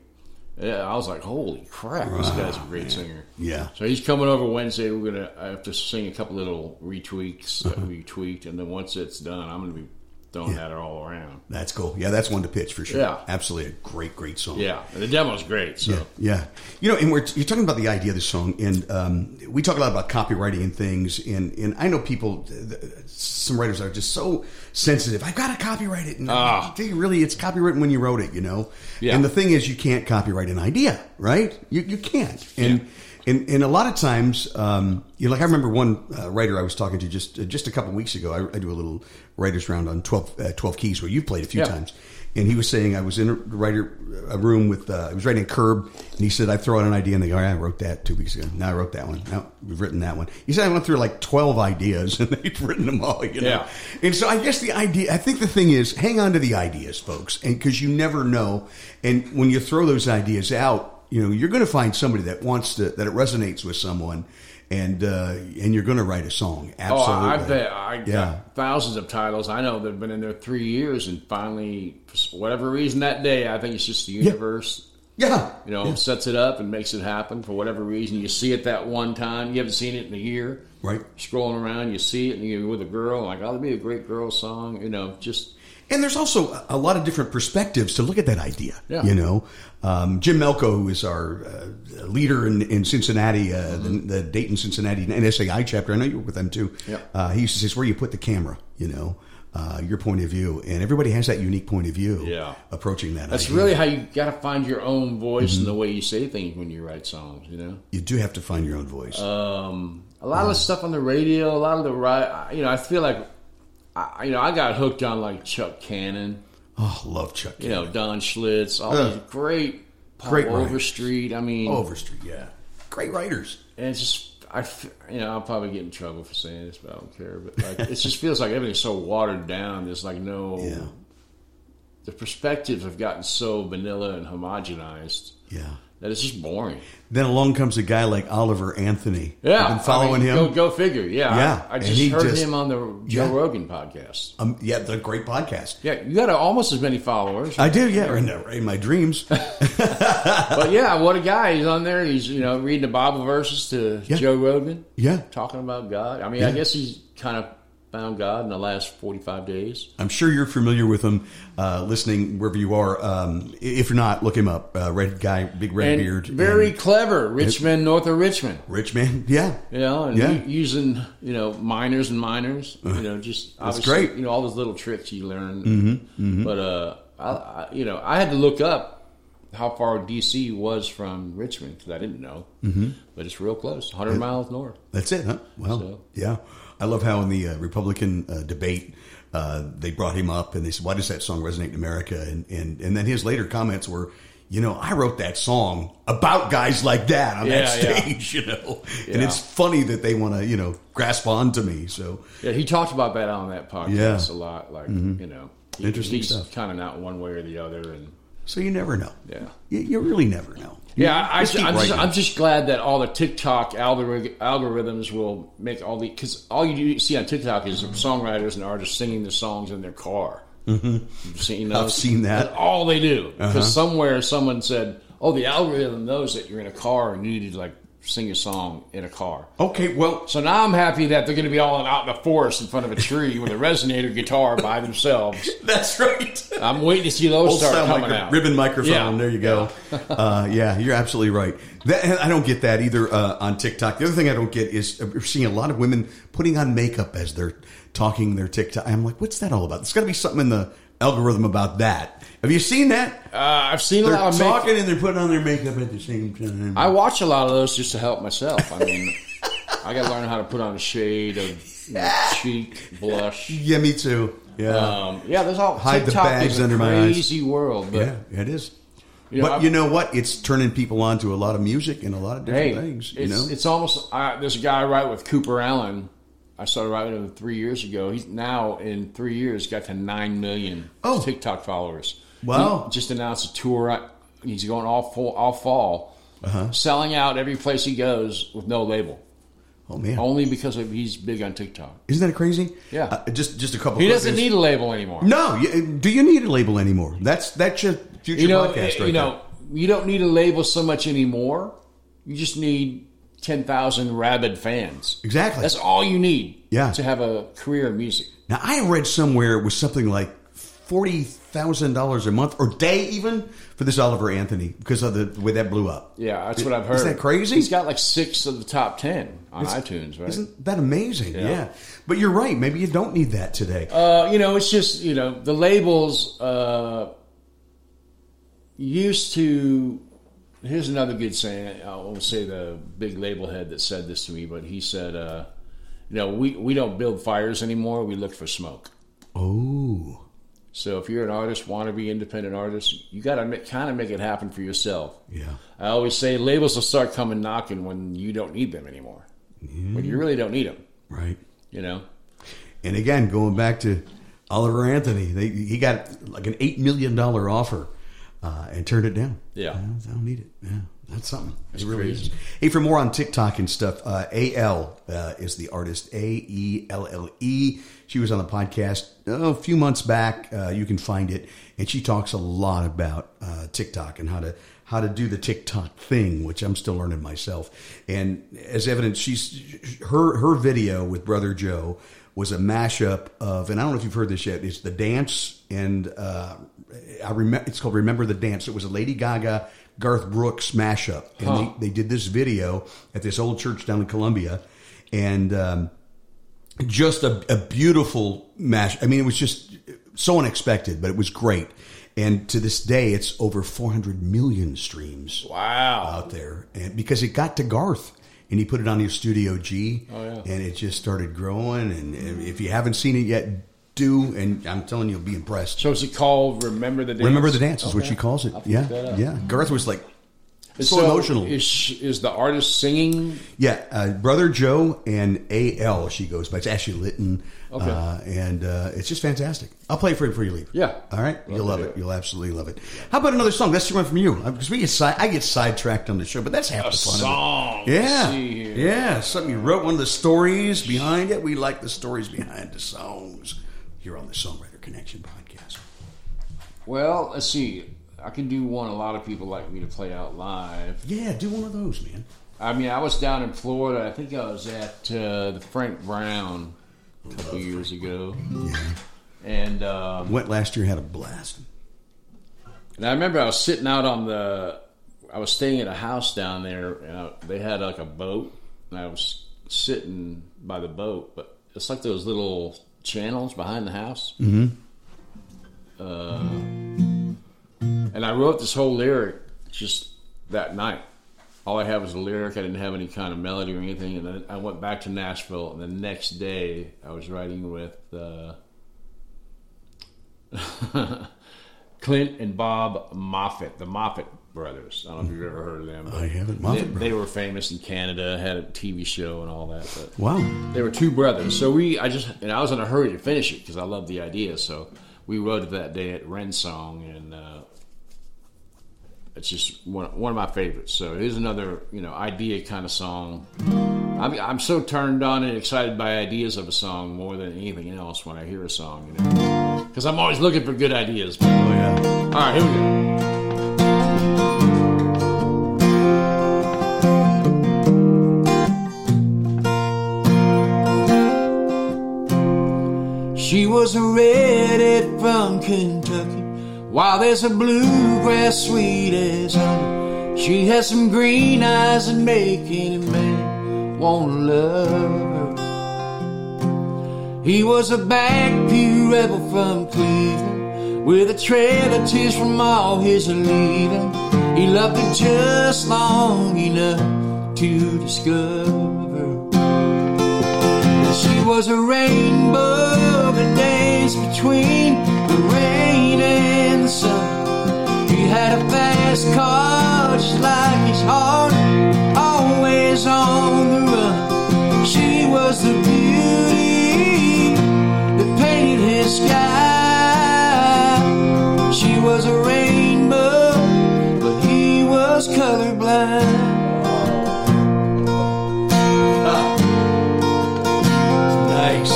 C: Yeah, I was like, holy crap, this guy's a great singer.
B: Yeah.
C: So he's coming over Wednesday. We're gonna I have to sing a couple little retweaks that
B: Uh-huh.
C: we tweaked, and then once it's done, I'm gonna be throwing that all around.
B: That's cool. Yeah, that's one to pitch for sure.
C: Yeah.
B: Absolutely. A great, great song.
C: Yeah, and the demo's great. So
B: Yeah, yeah. You know, and we're you're talking about the idea of this song, and um, we talk a lot about copywriting and things. And and I know people, th- th- some writers are just so sensitive. I've got to copyright it. And
C: Ah.
B: they really, it's copywritten when you wrote it, you know.
C: Yeah.
B: And the thing is, you can't copyright an idea, right? You you can't. And and and a lot of times, um, you know, like I remember one uh, writer I was talking to just uh, just a couple weeks ago. I, I do a little writers round on 12, uh, 12 keys where you've played a few
C: Yeah.
B: times and he was saying I was in a writer a room with uh, I was writing a curb, and he said I throw out an idea, and they go, "Yeah, I wrote that two weeks ago. Now I wrote that one. Now we've written that one. He said I went through like twelve ideas, and they've written them all. You know,
C: Yeah.
B: and so I guess the idea, I think the thing is, hang on to the ideas, folks, and because you never know, and when you throw those ideas out, you know, you're going to find somebody that wants to that it resonates with someone. And uh, and you're going to write a song,
C: oh,
B: absolutely.
C: I, I bet I got
B: Yeah.
C: thousands of titles. I know they've been in there three years, and finally, for whatever reason that day, I think it's just the universe.
B: yeah,
C: You know, sets it up and makes it happen for whatever reason. You see it that one time. You haven't seen it in a year.
B: right.
C: Scrolling around, you see it, and you're with a girl. Like, oh, that'd be a great girl song. You know, just
B: And there's also a- a lot of different perspectives to look at that idea.
C: Yeah.
B: You know, um, Jim Melko, who is our uh, leader in, in Cincinnati, uh, the, the Dayton Cincinnati NSAI chapter, I know you work with them too.
C: Mm-hmm. Yeah.
B: Uh, he used to say, it's where you put the camera, you know, uh, your point of view. And everybody has that unique point of view
C: Yeah.
B: approaching that
C: That's
B: idea.
C: really how you got to find your own voice
B: Mm-hmm.
C: and the way you say things when you write songs. You know,
B: You do have to find your own voice.
C: Uh, a lot of the stuff on the radio, a lot of the right. You know, I feel like, I, you know, I got hooked on like Chuck Cannon,
B: oh, love Chuck.
C: you know, Don Schlitz, all
B: Uh,
C: these great, Paul
B: great writers.
C: Overstreet. I mean,
B: Overstreet, yeah. Great writers.
C: and it's just I, f- you know, I'll probably get in trouble for saying this, but I don't care. But like, it just feels like everything's so watered down. There's like no,
B: Yeah.
C: the perspectives have gotten so vanilla and homogenized.
B: Yeah.
C: that it's just boring.
B: Then along comes a guy like Oliver Anthony.
C: Yeah,
B: I've been following
C: I mean,
B: him.
C: Go, go figure. Yeah,
B: Yeah,
C: I, I
B: and
C: just
B: he
C: heard
B: just-
C: him on the Joe
B: Yeah.
C: Rogan podcast.
B: Um, yeah, the great podcast.
C: Yeah, you got almost as many followers,
B: I do, yeah, in, in my dreams.
C: but yeah, what a guy! He's on there. He's you know reading the Bible verses to
B: Yeah.
C: Joe Rogan,
B: Yeah,
C: talking about God. I mean, I
B: Yeah.
C: guess he's kind of found God in the last forty-five days.
B: I'm sure you're familiar with him. Uh, listening wherever you are, um, if not, look him up. Uh, red guy, big red
C: And
B: beard,
C: very
B: and
C: clever, Richmond, north of Richmond.
B: rich man. Yeah,
C: You know, and
B: Yeah. Uh-huh.
C: u- using you know minors and minors. You know, just obviously,
B: great. Mm-hmm,
C: You know all those little tricks you learn. But uh, I, I, you know, I had to look up how far DC was from Richmond because I didn't know. Mm-hmm. But it's real close, 100 miles north.
B: That's it, huh? Well,
C: So-
B: yeah. I love how in the uh, Republican uh, debate, uh, they brought him up and they said, "Why does that song resonate in America?" And and and then his later comments were, "You know, I wrote that song about guys like that on that
C: Yeah, yeah.
B: stage, you know." And
C: Yeah.
B: it's funny that they want to, you know, grasp on to me. So
C: Yeah, he talked about that on that podcast
B: Yeah. Mm-hmm.
C: a lot. Like you know, he-
B: Interesting
C: he's
B: stuff.
C: Kind of not one way or the other, and
B: so you never know.
C: Yeah.
B: you, you really never know.
C: Yeah, I, I, am
B: Just keep
C: just,
B: writing.
C: I'm just glad that all the TikTok algori- algorithms will make all the because all you do see on TikTok is songwriters and artists singing the songs in their car. Mm-hmm. You've seen those?
B: I've seen Uh-huh. that.
C: That's all they do because somewhere someone said, "Oh, the algorithm knows that you're in a car and you need to like sing a song in a car."
B: Okay, well,
C: So now I'm happy that they're going to be all out in the forest in front of a tree with a resonator guitar by themselves.
B: that's right.
C: I'm waiting to see those
B: Old
C: start
B: style
C: coming
B: micro-
C: out.
B: ribbon microphone.
C: Yeah.
B: There you go. uh, yeah, you're absolutely right. That, and I don't get that either uh, on TikTok. The other thing I don't get is uh, we're seeing a lot of women putting on makeup as they're talking their TikTok. I'm like, what's that all about? There's got to be something in the algorithm about that. Have you seen that?
C: Uh, I've seen
B: They're
C: a lot of make-
B: talking and they're putting on their makeup at the same time.
C: I watch a lot of those just to help myself. I mean, I got to learn how to put on a shade of you know, cheek blush.
B: yeah, me too. Yeah,
C: Um, yeah, there's all
B: Hide the
C: TikTok
B: bags
C: is a
B: under my eyes.
C: crazy world. But
B: yeah, it is.
C: You know,
B: but
C: I've-
B: you know what? It's turning people on to a lot of music and a lot of different
C: hey,
B: things. You
C: it's,
B: know,
C: it's almost I, there's a guy I write with Cooper Allen. I started writing with him three years ago. He's now in three years got to nine million
B: Oh.
C: TikTok followers.
B: Wow.
C: He just announced a tour. He's going all fall, all fall,
B: Uh-huh.
C: selling out every place he goes with no label,
B: oh man,
C: only because of, he's big on TikTok.
B: isn't that crazy?
C: Yeah.
B: Uh, just just a couple.
C: He
B: quick
C: doesn't
B: things.
C: need a label anymore.
B: No, you, do you need a label anymore? That's that's your future
C: you know,
B: podcast, right
C: you know, you don't need a label so much anymore. You just need ten thousand rabid fans.
B: Exactly.
C: That's all you need.
B: Yeah.
C: To have a career in music.
B: Now I read somewhere it was something like forty thousand dollars a month or day even for this Oliver Anthony because of the way that blew up.
C: Yeah, that's what I've heard.
B: Is that crazy?
C: He's got like six of the top ten on iTunes, right?
B: Isn't that amazing? Yeah. but you're right. Maybe you don't need that today.
C: Uh, you know, it's just you know the labels uh, used to. Here's another good saying. I won't say the big label head that said this to me, but he said, uh, "You know, we we don't build fires anymore. We look for smoke."
B: oh,
C: So if you're an artist, want to be independent artist, you got to kind of make it happen for yourself.
B: yeah.
C: I always say labels will start coming knocking when you don't need them anymore. When you really don't need them,
B: Right.
C: you know.
B: And again, going back to Oliver Anthony, they, he got like an eight million dollar offer uh, and turned it down.
C: Yeah.
B: I don't, I don't need it. Yeah, that's something. it really is. Hey, for more on TikTok and stuff, uh, Al uh, is the artist. A E L L E. She was on the podcast oh, a few months back. Uh, you can find it, and she talks a lot about uh, TikTok and how to how to do the TikTok thing, which I'm still learning myself. And as evidence, she's her her video with Brother Joe was a mashup of, and I don't know if you've heard this yet. It's the dance and uh, I remember it's called "Remember the Dance." It was a Lady Gaga Garth Brooks mashup, and they, they did this video at this old church down in Columbia, and um, just a, a beautiful mash. I mean, it was just so unexpected, but it was great. And to this day, it's over 400 million streams
C: Wow.
B: out there, and because it got to Garth. And he put it on his Studio G, and it just started growing. And if you haven't seen it yet, do. And I'm telling you, you'll be impressed.
C: So is it called Remember the Dance?
B: Remember the dance is what she calls it. Yeah,
C: that up.
B: yeah. Garth was like
F: And
B: So emotional.
F: Is, sh- is the artist singing?
B: Yeah, uh, brother Joe and AL she goes by. It's Ashley Litton.
F: Okay.
B: Uh, and uh, it's just fantastic. I'll play it for you before you leave.
F: Yeah.
B: All right. You'll love
F: to do
B: it.
F: it.
B: You'll absolutely love it. How about another song? That's the one from you because we get side, I get sidetracked on the show, but that's half the fun.
F: Song.
B: Of it. Yeah.
F: See here.
B: Yeah. Something you wrote. One of the stories behind it. We like the stories behind the songs here on the Songwriter Connection podcast.
F: Well, let's see. I can do one a lot of people like me to play out live.
B: Yeah. Do one of those, man.
F: I mean, I was down in Florida. I think I was at uh, the Frank Brown a couple years ago. And, um,
B: Went last year. Had a blast.
F: and I remember I was sitting out on the. I was staying at a house down there. And I, they had like a boat, and I was sitting by the boat. But it's like those little channels behind the house. Mm-hmm. Uh,
B: Mm.
F: and I wrote this whole lyric just that night. all I had was a lyric. I didn't have any kind of melody or anything. And then I went back to Nashville, and the next day I was writing with uh, Clint and Bob Moffat, the Moffat brothers. I don't know if you've ever heard of them. but
B: I haven't.
F: They,
B: Moffett
F: they were famous in Canada, had a TV show and all that. But
B: Wow.
F: they were two brothers. So we, I just, and I was in a hurry to finish it because I loved the idea. So we wrote it that day at Rensong, and uh, it's just one, one of my favorites. So here's another, you know, idea kind of song. I'm, I'm so turned on and excited by ideas of a song more than anything else when I hear a song, you know, because I'm always looking for good ideas. All
B: Oh yeah.
F: right, here we go.
C: She was a redhead from Kentucky, while there's a bluegrass sweet as honey. She has some green eyes that make any man wanna love her. He was a back pew rebel from Cleveland, with a trail of tears from all his leaving. He loved her just long enough to discover her. She was a rainbow that danced between the rain and the sun. He had a fast car just like his heart, always on the run. She was the beauty that painted his sky. She was a rainbow, but he was colorblind. Ah.
B: Nice.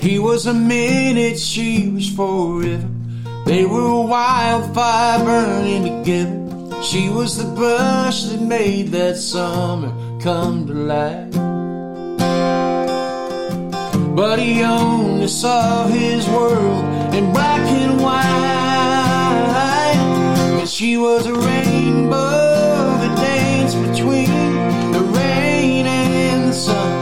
C: He was a minute, she was forever. They were a wildfire burning together. She was the brush that made that summer come to life. But he only saw his world in black and white. And she was a rainbow that danced between the rain and the sun.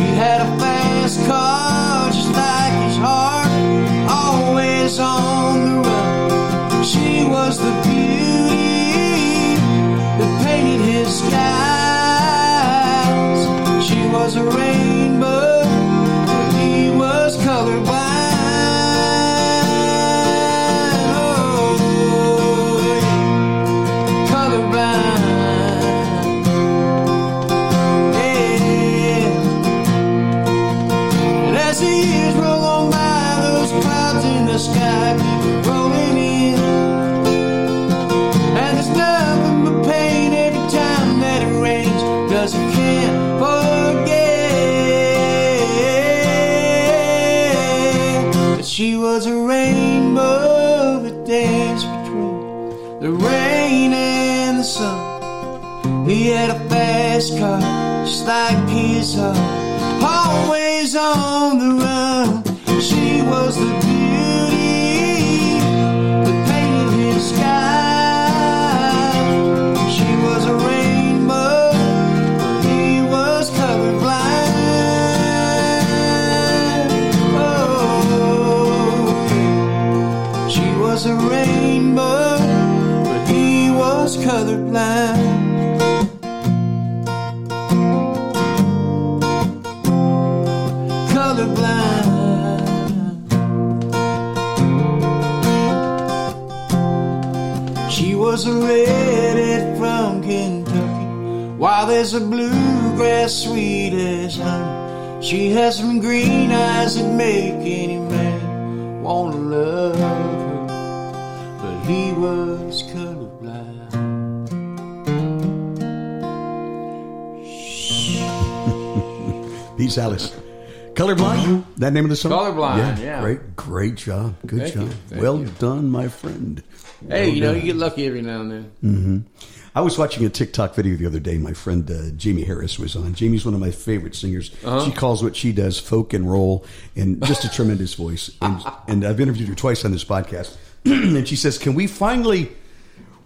C: He had a fast car, just like his heart, always on the run. She was the beauty that painted his skies. She was a rainbow, but he was colorblind. Oh, yeah. colorblind. Yeah. And as the years roll on by, those clouds in the sky keep rolling in. And there's nothing but pain every time that it rains, cause you can't forget that she was a rainbow that danced between the rain and the sun. He had a fast car, just like his heart, always on the run. She was the beauty that painted his sky. She was a rainbow, but he was colorblind. Oh, she was a rainbow, but he was colorblind. colorblind.
D: She was a redhead from Kentucky. While there's a bluegrass sweet as honey, she has some green eyes that make any man wanna love her. But he was colorblind.
B: Peace, Alice. Colorblind? That name of the song?
C: Colorblind, yeah.
B: Great, great job. Good
C: Thank
B: job.
C: you, thank
B: well
C: you.
B: done, my friend.
C: Hey, you know, you get lucky every now and then.
B: I was watching a TikTok video the other day. My friend uh, Jamie Harris was on. Jamie's one of my favorite singers.
C: Uh-huh.
B: She calls what she does folk and roll, and just a tremendous voice. And, and I've interviewed her twice on this podcast. and she says, Can we finally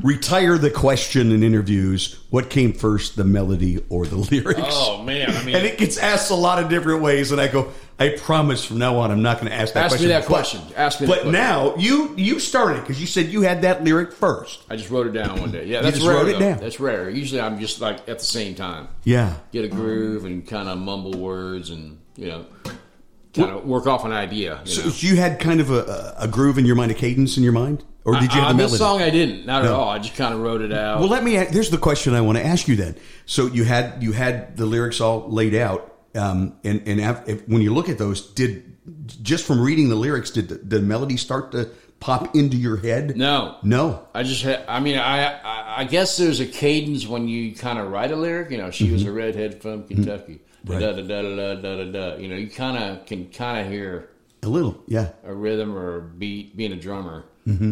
B: retire the question in interviews? What came first, the melody or the lyrics?
C: Oh man, I
B: And
C: mean,
B: it gets asked a lot of different ways, and I go, I promise from now on, I'm not going to ask that
C: Ask
B: question.
C: me that
B: But-
C: question. Ask me that
B: But
C: question.
B: now you you started because you said you had that lyric first.
C: I just wrote it down one day. Yeah, that's
B: just
C: rare.
B: wrote it
C: though.
B: down.
C: That's rare. Usually, I'm just like at the same time,
B: Yeah.
C: get a groove and kind of mumble words and you know, kind of work off an idea. You
B: So
C: know?
B: you had kind of a, a groove in your mind, a cadence in your mind, or did you have the
C: on
B: melody?
C: this song? I didn't. Not at
B: No.
C: all. I just kind of wrote it out.
B: well, let me. a- Here's the question I want to ask you then. So you had you had the lyrics all laid out, um, and and af- if, when you look at those, did just from reading the lyrics, did the, the melody start to pop into your head?
C: no,
B: no.
C: I just had. I mean, I, I I guess there's a cadence when you kind of write a lyric. You know, she was a redhead from Kentucky. Da
B: Mm-hmm. Right.
C: da da da da da da da. You know, you kind of can kind of hear
B: A little, yeah.
C: a rhythm or a beat being a drummer.
B: Mm-hmm.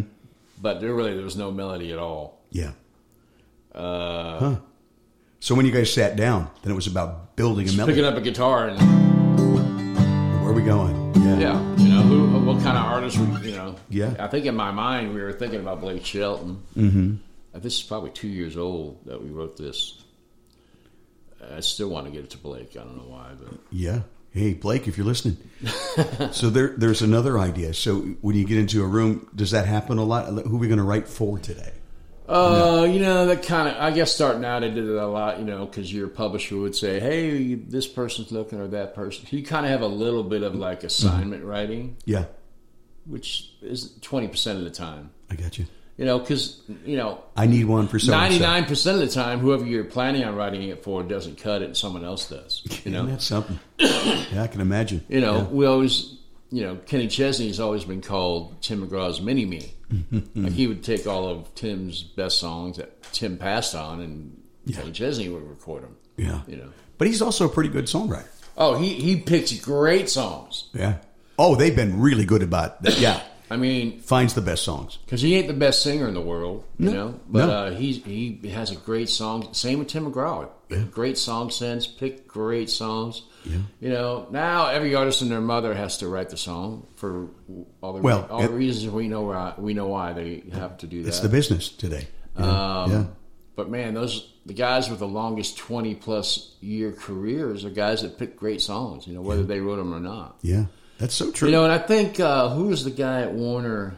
C: But there really there was no melody at all.
B: Yeah. Uh,
C: Uh,
B: huh. So when you guys sat down, then it was about building a melody.
C: Picking up a guitar and
B: Where are we going? Yeah.
C: yeah, you know who, what kind of artist would you know?
B: Yeah.
C: I think in my mind we were thinking about Blake Shelton. Uh, This is probably two years old that we wrote this. Uh, I still want to get it to Blake. I don't know why, but
B: Yeah. Hey, Blake, if you're listening. so there, there's another idea. So when you get into a room, does that happen a lot? Who are we going to write for today?
C: Uh, you know, that kind of, I guess starting out, I did it a lot, you know, because your publisher would say, hey, this person's looking or that person. You kind of have a little bit of like assignment writing,
B: Yeah,
C: which is 20% of the time,
B: I got you.
C: you know, because, you know,
B: I need one for so
C: 99% of the time, whoever you're planning on writing it for doesn't cut it and someone else does, you know.
B: that's something. yeah, I can imagine.
C: You know, we always, you know, Kenny Chesney's always been called Tim McGraw's mini me. like he would take all of Tim's best songs that Tim passed on, and Kenny Chesney would record them.
B: Yeah.
C: You know,
B: But he's also a pretty good songwriter.
C: oh, he he picks great songs.
B: Yeah. Oh, they've been really good about that. Yeah.
C: I mean,
B: Finds the best songs.
C: because he ain't the best singer in the world, you know, but
B: no.
C: uh, he he has a great song. Same with Tim McGraw, great song sense, pick great songs. Yeah. You know, now every artist and their mother has to write the song for all the
B: Well,
C: all
B: it-
C: the reasons we know why we know why they have to do that.
B: It's the business today. Yeah.
C: Um,
B: yeah.
C: But man, those the guys with the longest twenty plus year careers are guys that pick great songs. You know, whether they wrote them or not.
B: Yeah. That's so true.
C: You know, and I think uh, who was the guy at Warner?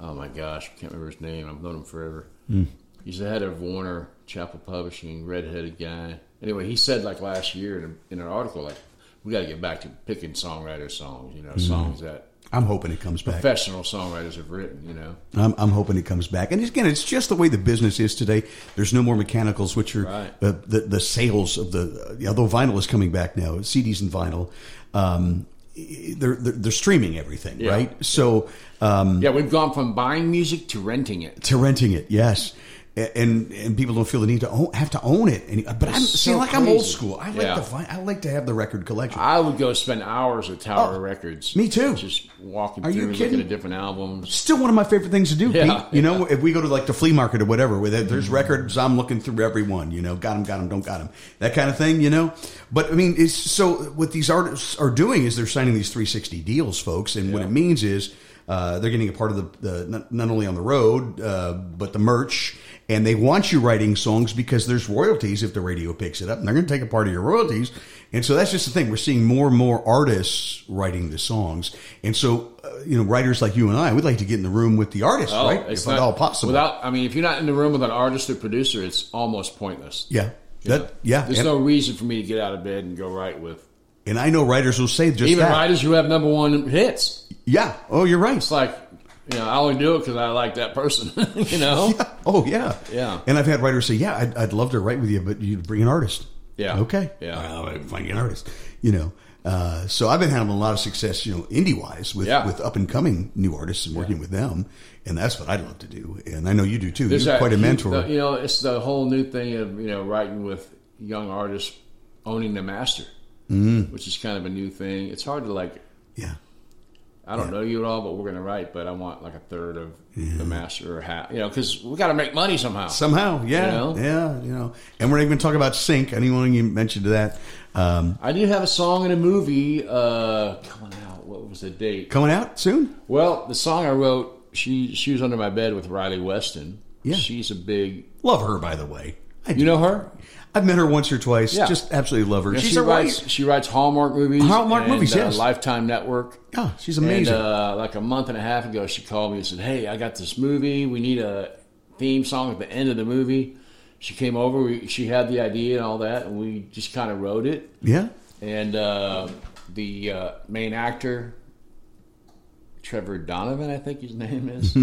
C: Oh my gosh, I can't remember his name. I've known him forever.
B: Hmm.
C: He's the head of Warner Chapel Publishing, redheaded guy. Anyway, he said like last year in, a, in an article, like we got to get back to picking songwriter songs.
B: Hmm.
C: You know, songs that
B: I'm hoping it comes back.
C: professional songwriters have written. You know,
B: I'm, I'm hoping it comes back. And again, it's just the way the business is today. There's no more mechanicals, which are
C: Right.
B: uh, the the sales of the. Uh, although vinyl is coming back now, CDs and vinyl. Um, they're, they're they're streaming everything, right? So um,
C: yeah, we've gone from buying music to renting it.
B: to renting it, yes. A- And and people don't feel the need to own, have to own it. And, but I'm
C: It's
B: see,
C: so
B: like I'm old
C: crazy.
B: school. I like
C: Yeah.
B: the vi- I like to have the record collection.
C: I would go spend hours at Tower
B: Oh,
C: Records.
B: me too.
C: Just walking
B: Are you
C: through, looking
B: kidding?
C: at different albums.
B: still one of my favorite things to do.
C: Yeah. Mm-hmm.
B: Pete. You know, if we go to like the flea market or whatever, where there- there's records, I'm looking through every one. You know, got them, got them, don't got them, that kind of thing. You know, but I mean, it's so what these artists are doing is they're signing these 360 deals, folks, and what it means is. Uh, they're getting a part of the, the not- not only on the road uh, but the merch, and they want you writing songs because there's royalties if the radio picks it up, and they're going to take a part of your royalties. And so that's just the thing. We're seeing more and more artists writing the songs, and so uh, you know, writers like you and I, we'd like to get in the room with the artists,
C: Oh,
B: right?
C: it's
B: if at
C: not-
B: all possible.
C: Without, I mean, if you're not in the room with an artist or producer, it's almost pointless.
B: yeah, that yeah.
C: There's
B: and,
C: no reason for me to get out of bed and go write with
B: and I know writers will say just
C: even
B: that.
C: writers who have number one hits.
B: yeah. Oh, you're right.
C: It's like You know, I only do it because I like that person. you know,
B: Oh yeah,
C: Yeah.
B: And I've had writers say, "Yeah, I'd, I'd love to write with you, but you bring an artist."
C: Yeah.
B: Okay.
C: Yeah.
B: Well, I find you an artist. You know. Uh, so I've been having a lot of success, you know, indie wise with
C: Yeah.
B: with up and coming new artists and working with them, and that's what I'd love to do. And I know you do too.
C: There's
B: You're
C: that-
B: quite a
C: you-
B: mentor.
C: the- you know, it's the whole new thing of you know writing with young artists owning the master, mm. which is kind of a new thing. It's hard to like.
B: yeah.
C: I don't know you at all, but we're going to write. But I want like a third of the master or half. You know, because we got to make money somehow.
B: Somehow, yeah,
C: You know?
B: yeah, you know. And we're not even talking about sync. Anyone you mentioned that um,
C: I do have a song in a movie uh, coming out. What was the date?
B: coming out soon?
C: Well, the song I wrote, she she was under my bed with Riley Weston.
B: Yeah.
C: she's a big.
B: Love her, by the way. I,
C: You know her?
B: I've met her once or twice.
C: Yeah.
B: Just absolutely love her.
C: Yeah,
B: she's
C: she
B: a
C: writes.
B: writer.
C: She writes Hallmark movies.
B: Hallmark
C: and,
B: movies,
C: uh,
B: yes.
C: Lifetime Network.
B: Yeah, oh, she's amazing.
C: And uh, like a month and a half ago, she called me and said, "Hey, I got this movie. We need a theme song at the end of the movie." She came over. We, she had the idea and all that, and we just kind of wrote it.
B: yeah,
C: And uh, the uh, main actor, Trevor Donovan, I think his name is,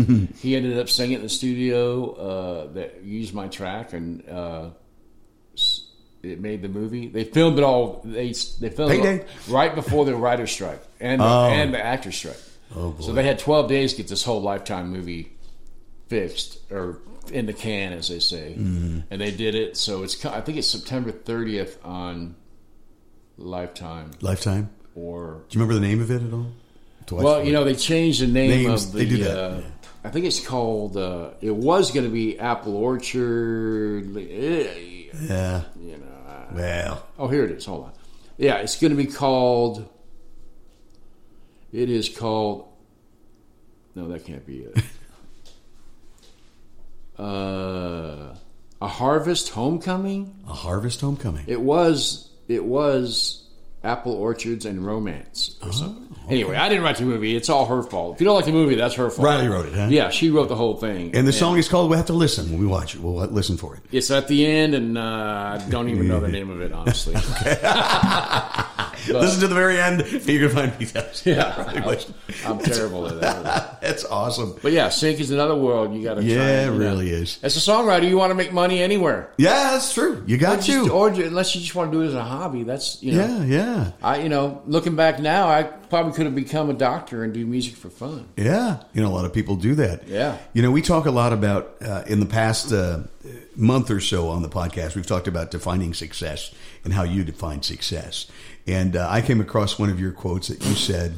C: he ended up singing in the studio uh, that used my track, and uh, s- it made the movie. They filmed it all. They s- they filmed
B: They
C: it all right before the writer's strike and uh, the, and the actor's strike. Oh boy. So they had twelve days to get this whole lifetime movie fixed or in the can, as they say,
B: Mm-hmm.
C: and they did it. So it's co- I think it's September thirtieth on Lifetime
B: Lifetime.
C: or
B: Do you remember the name of it at all? To watch
C: well,
B: it?
C: you know they changed the name
B: Names,
C: of the.
B: they do that,
C: Uh,
B: yeah.
C: I think it's called. Uh, it was going to be Apple Orchard. eh,
B: yeah.
C: You know.
B: Well,
C: Oh, here it is. Hold on. Yeah, it's going to be called. It is called. No, that can't be it. uh, a harvest homecoming.
B: a harvest homecoming.
C: It was it was Apple Orchards and Romance
B: Oh,
C: or something. Anyway, I didn't write the movie. It's all her fault. If you don't like the movie, that's her fault.
B: Riley wrote it, huh?
C: Yeah, she wrote the whole thing.
B: And the song is called "We Have to Listen" when we watch it. We'll listen for it.
C: it's at the end, and uh, I don't even know the name of it honestly.
B: listen to the very end, and you can find details.
C: Yeah.
B: Riley Weston.
C: I'm terrible at that.
B: That's awesome.
C: But yeah, sync is another world. You got to
B: Yeah, it really is.
C: As a songwriter, you want to make money anywhere.
B: Yeah, that's true. You got
C: Just-
B: to.
C: or ju- unless you just want to do it as a hobby, that's you know.
B: Yeah, yeah.
C: I you know, looking back now, I probably could have become a doctor and do music for fun.
B: Yeah, you know, a lot of people do that.
C: Yeah.
B: you know, we talk a lot about uh, in the past uh, month or so on the podcast. We've talked about defining success and how you define success. And uh, I came across one of your quotes that you said,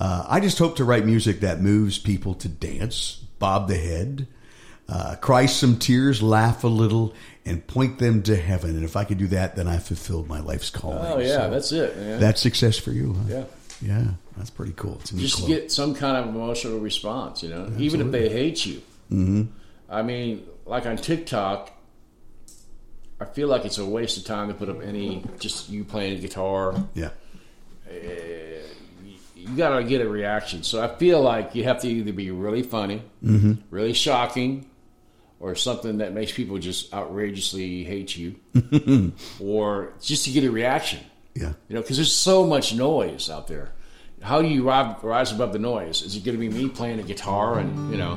B: uh, "I just hope to write music that moves people to dance, bob the head, uh, cry some tears, laugh a little, and point them to heaven. And if I could do that, then I fulfilled my life's calling."
C: Oh yeah,
B: So
C: that's it. Man.
B: that's success for you. Huh?
C: Yeah.
B: yeah, that's pretty cool. It's a new
C: just to
B: quote.
C: get some kind of emotional response, you know, even if they hate you. Mm-hmm. I mean, like on TikTok, I feel like it's a waste of time to put up any just you playing guitar.
B: yeah.
C: You got to get a reaction. So I feel like you have to either be really funny, mm-hmm. really shocking, or something that makes people just outrageously hate you, or just to get a reaction.
B: Yeah.
C: You know, because there's so much noise out there. How do you ri- rise above the noise? Is it going to be me playing a guitar and you know,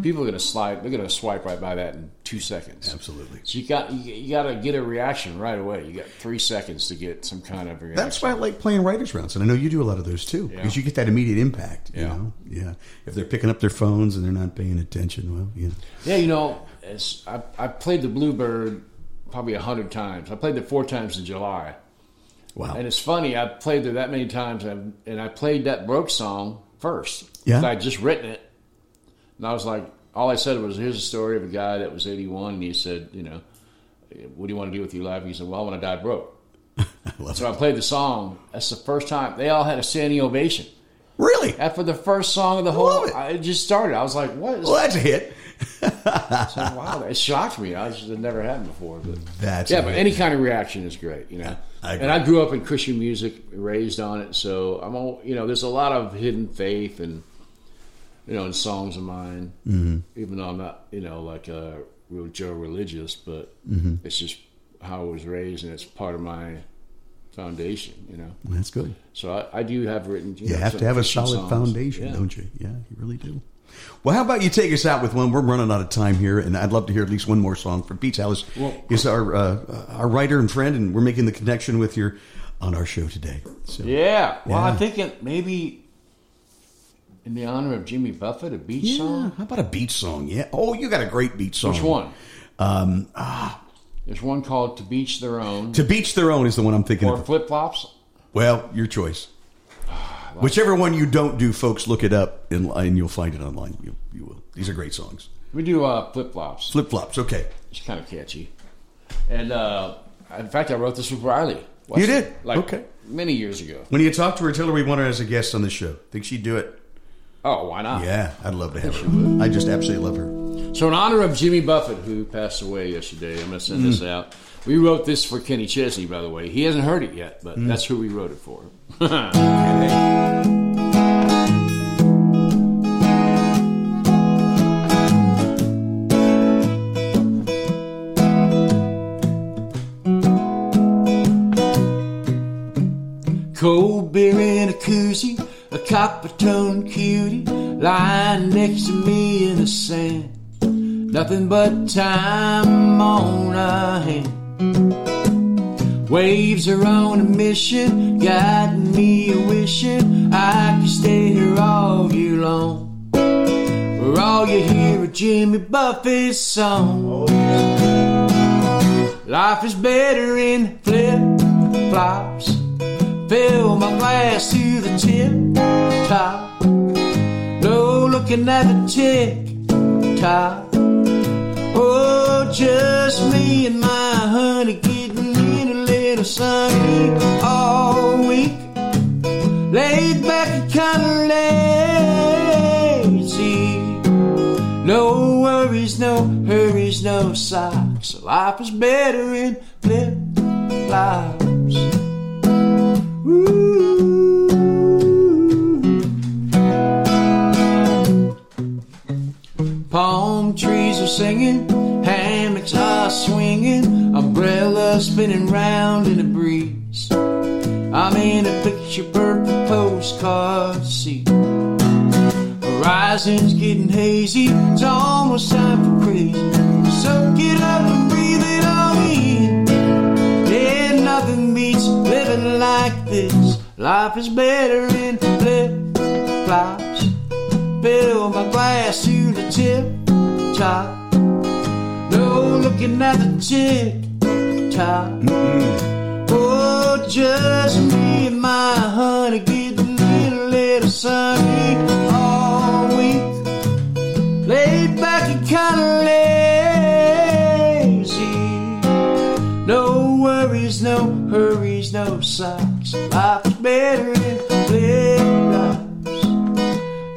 C: people are going to slide. They're going to swipe right by that in two seconds.
B: Absolutely.
C: So you got you, you got to get a reaction right away. You got three seconds to get some kind of reaction.
B: That's why I like playing writers' rounds, and I know you do a lot of those too, because you get that immediate impact. You
C: Yeah.
B: know? yeah. If they're picking up their phones and they're not paying attention, well, yeah,
C: yeah, you know, it's, I I played the Bluebird probably a hundred times. I played it four times in July.
B: wow,
C: And it's funny, I played there that many times, and, and I played that Broke song first.
B: Yeah.
C: I just written it, and I was like, all I said was, "Here's a story of a guy that was 81, and he said, you know, what do you want to do with your life?" And he said, "Well, I want to die broke."
B: love
C: So I played the song. That's the first time they all had a standing ovation.
B: really?
C: That for the first song of the
B: Love
C: whole,
B: it.
C: I it just started. I was like, "What?" Is
B: Well, that's a hit.
C: that? Wow, it shocked me. I just it never happened before. But
B: That's
C: yeah,
B: a
C: but
B: hit.
C: any kind of reaction is great, you know.
B: I agree.
C: and I grew up in Christian music, raised on it, so I'm all you know. There's a lot of hidden faith and you know in songs of mine, mm-hmm. even though I'm not you know like a real Joe religious, but
B: Mm-hmm.
C: it's just how I was raised, and it's part of my foundation, you know.
B: that's good.
C: So I, I do have written.
B: You have
C: some
B: to have a
C: Christian
B: solid
C: songs.
B: foundation,
C: Yeah.
B: don't you? Yeah, you really do. Well, how about you take us out with one? We're running out of time here, and I'd love to hear at least one more song from Pete Alice. is our uh, our writer and friend, and we're making the connection with your on our show today. So,
G: Yeah. Well, I'm thinking maybe in the honor of Jimmy Buffett, a beach
B: Yeah,
G: song.
B: How about a beat song? Yeah. Oh, you got a great beat song. uh,
G: Which one? Um, There's one called "To Beach Their Own"
B: To Beach Their Own is the one I'm thinking
G: or
B: of.
G: "Flip Flops."
B: Well, your choice. Whichever one you don't do, folks, look it up and, and you'll find it online. You, you will. These are great songs.
G: We do uh, "Flip Flops."
B: Flip flops. Okay.
G: It's kind of catchy. And uh, in fact, I wrote this with Riley.
B: You did?
G: Like
B: Okay.
G: Many years ago.
B: When you talk to her, tell her we want her as a guest on the show. Think she'd do it?
G: Oh, why not?
B: Yeah, I'd love to have her. I just absolutely love her.
G: So, in honor of Jimmy Buffett, who passed away yesterday, I'm going to send this out. We wrote this for Kenny Chesney, by the way. He hasn't heard it yet, but that's who we wrote it for.
C: Cold beer in a koozie, a copper tone cutie, lying next to me in the sand. Nothing but time on our hand. Waves are on a mission, got me wishing I could stay here all year long. For all you hear are Jimmy Buffett's songs. Life is better in flip flops. Fill my glass to the tip top. No looking at the tick top. Oh, just me and my honey getting in a little sunny all week. Laid back and kinda lazy. No worries, no hurries, no socks. Life is better in flip flops. Palm trees are singing, hammocks are swinging, umbrellas spinning round in the breeze. I'm in a picture perfect postcard seat. Horizon's getting hazy, it's almost time for crazy. Soak it up and breathe it all in. Yeah, nothing beats living like this. Life is better in flip flops. Fill my glass to the tip top. No looking at the tip top. Oh, just me and my honey getting in a little sunny all week. Laid back and kinda lazy. No worries, no hurries, no socks. Life's better in flip flops.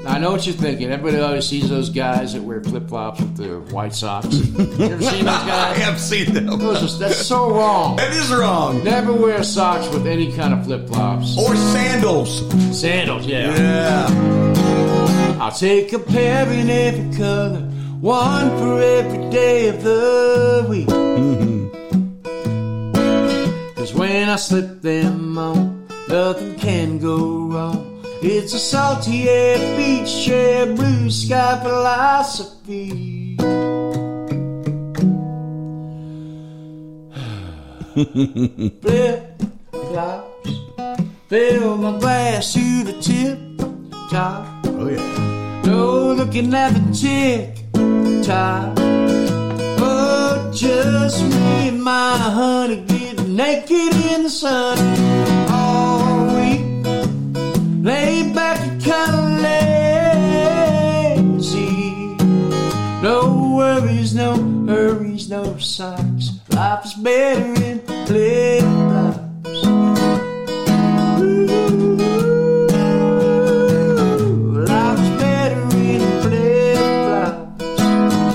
G: Now, I know what you're thinking. Everybody always sees those guys that wear flip flops with their white socks. you ever seen those
B: I
G: guys?
B: have seen them.
G: Those are- that's so wrong.
B: That is wrong.
G: Never wear socks with any kind of flip flops.
B: Or sandals.
G: Sandals, yeah.
B: Yeah.
C: I'll take a pair in every color, one for every day of the week. Mm-hmm. Cause when I slip them on, nothing can go wrong. It's a salty air beach chair, blue sky philosophy. Flip flops, fill my glass to the tip top.
B: Oh, yeah.
C: No looking at the tick tock. Oh, just me and my honey getting naked in the sun all week. Laid back and kinda lazy. No worries, no hurries, no socks. Life is better in flip flops. Life's better in flip flops.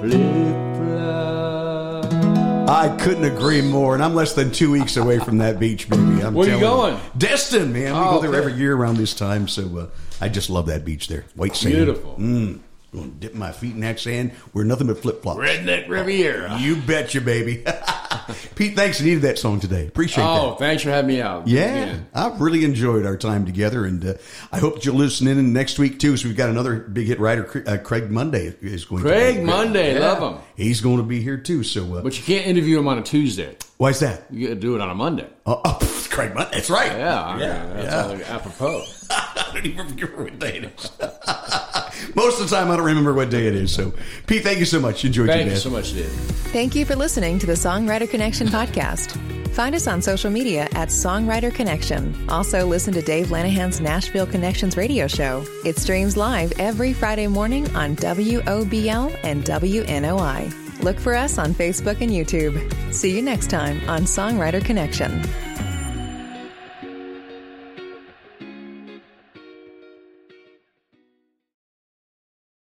C: Flip flops.
B: I couldn't agree more, and I'm less than two weeks away from that beach, baby. I'm
G: Where you
B: telling
G: going?
B: Destin, man. We
G: Oh,
B: go there
G: okay.
B: every year around this time, so uh, I just love that beach there. White sand.
G: Beautiful.
B: Going to dip my feet in that sand. We're nothing but flip flops.
C: Redneck Riviera.
B: You betcha, baby. Pete, thanks. I needed that song today. Appreciate
C: Oh,
B: that.
C: thanks for having me out.
B: Yeah,
C: Again.
B: I've really enjoyed our time together, and uh, I hope that you'll listen in next week too. So we've got another big hit writer, Cra- uh, Craig Monday is going. to
C: Craig
B: be-
C: Monday, love him.
B: He's going to be here too. So uh,
C: But you can't interview him on a Tuesday.
B: why is that?
C: You got to do it on a Monday.
B: Oh, oh, Craig Monday. That's right.
C: Yeah, I mean, that's
B: yeah.
C: all apropos.
B: I don't even remember what day it is. Most of the time, I don't remember what day it is. So, Pete, thank you so much. Enjoyed
C: Thank
B: your
C: you
B: day.
C: so much, Dave.
A: Thank you for listening to the Songwriter Connection podcast. Find us on social media at Songwriter Connection. Also, listen to Dave Lanahan's Nashville Connections radio show. It streams live every Friday morning on WOBL and WNOI. Look for us on Facebook and YouTube. See you next time on Songwriter Connection.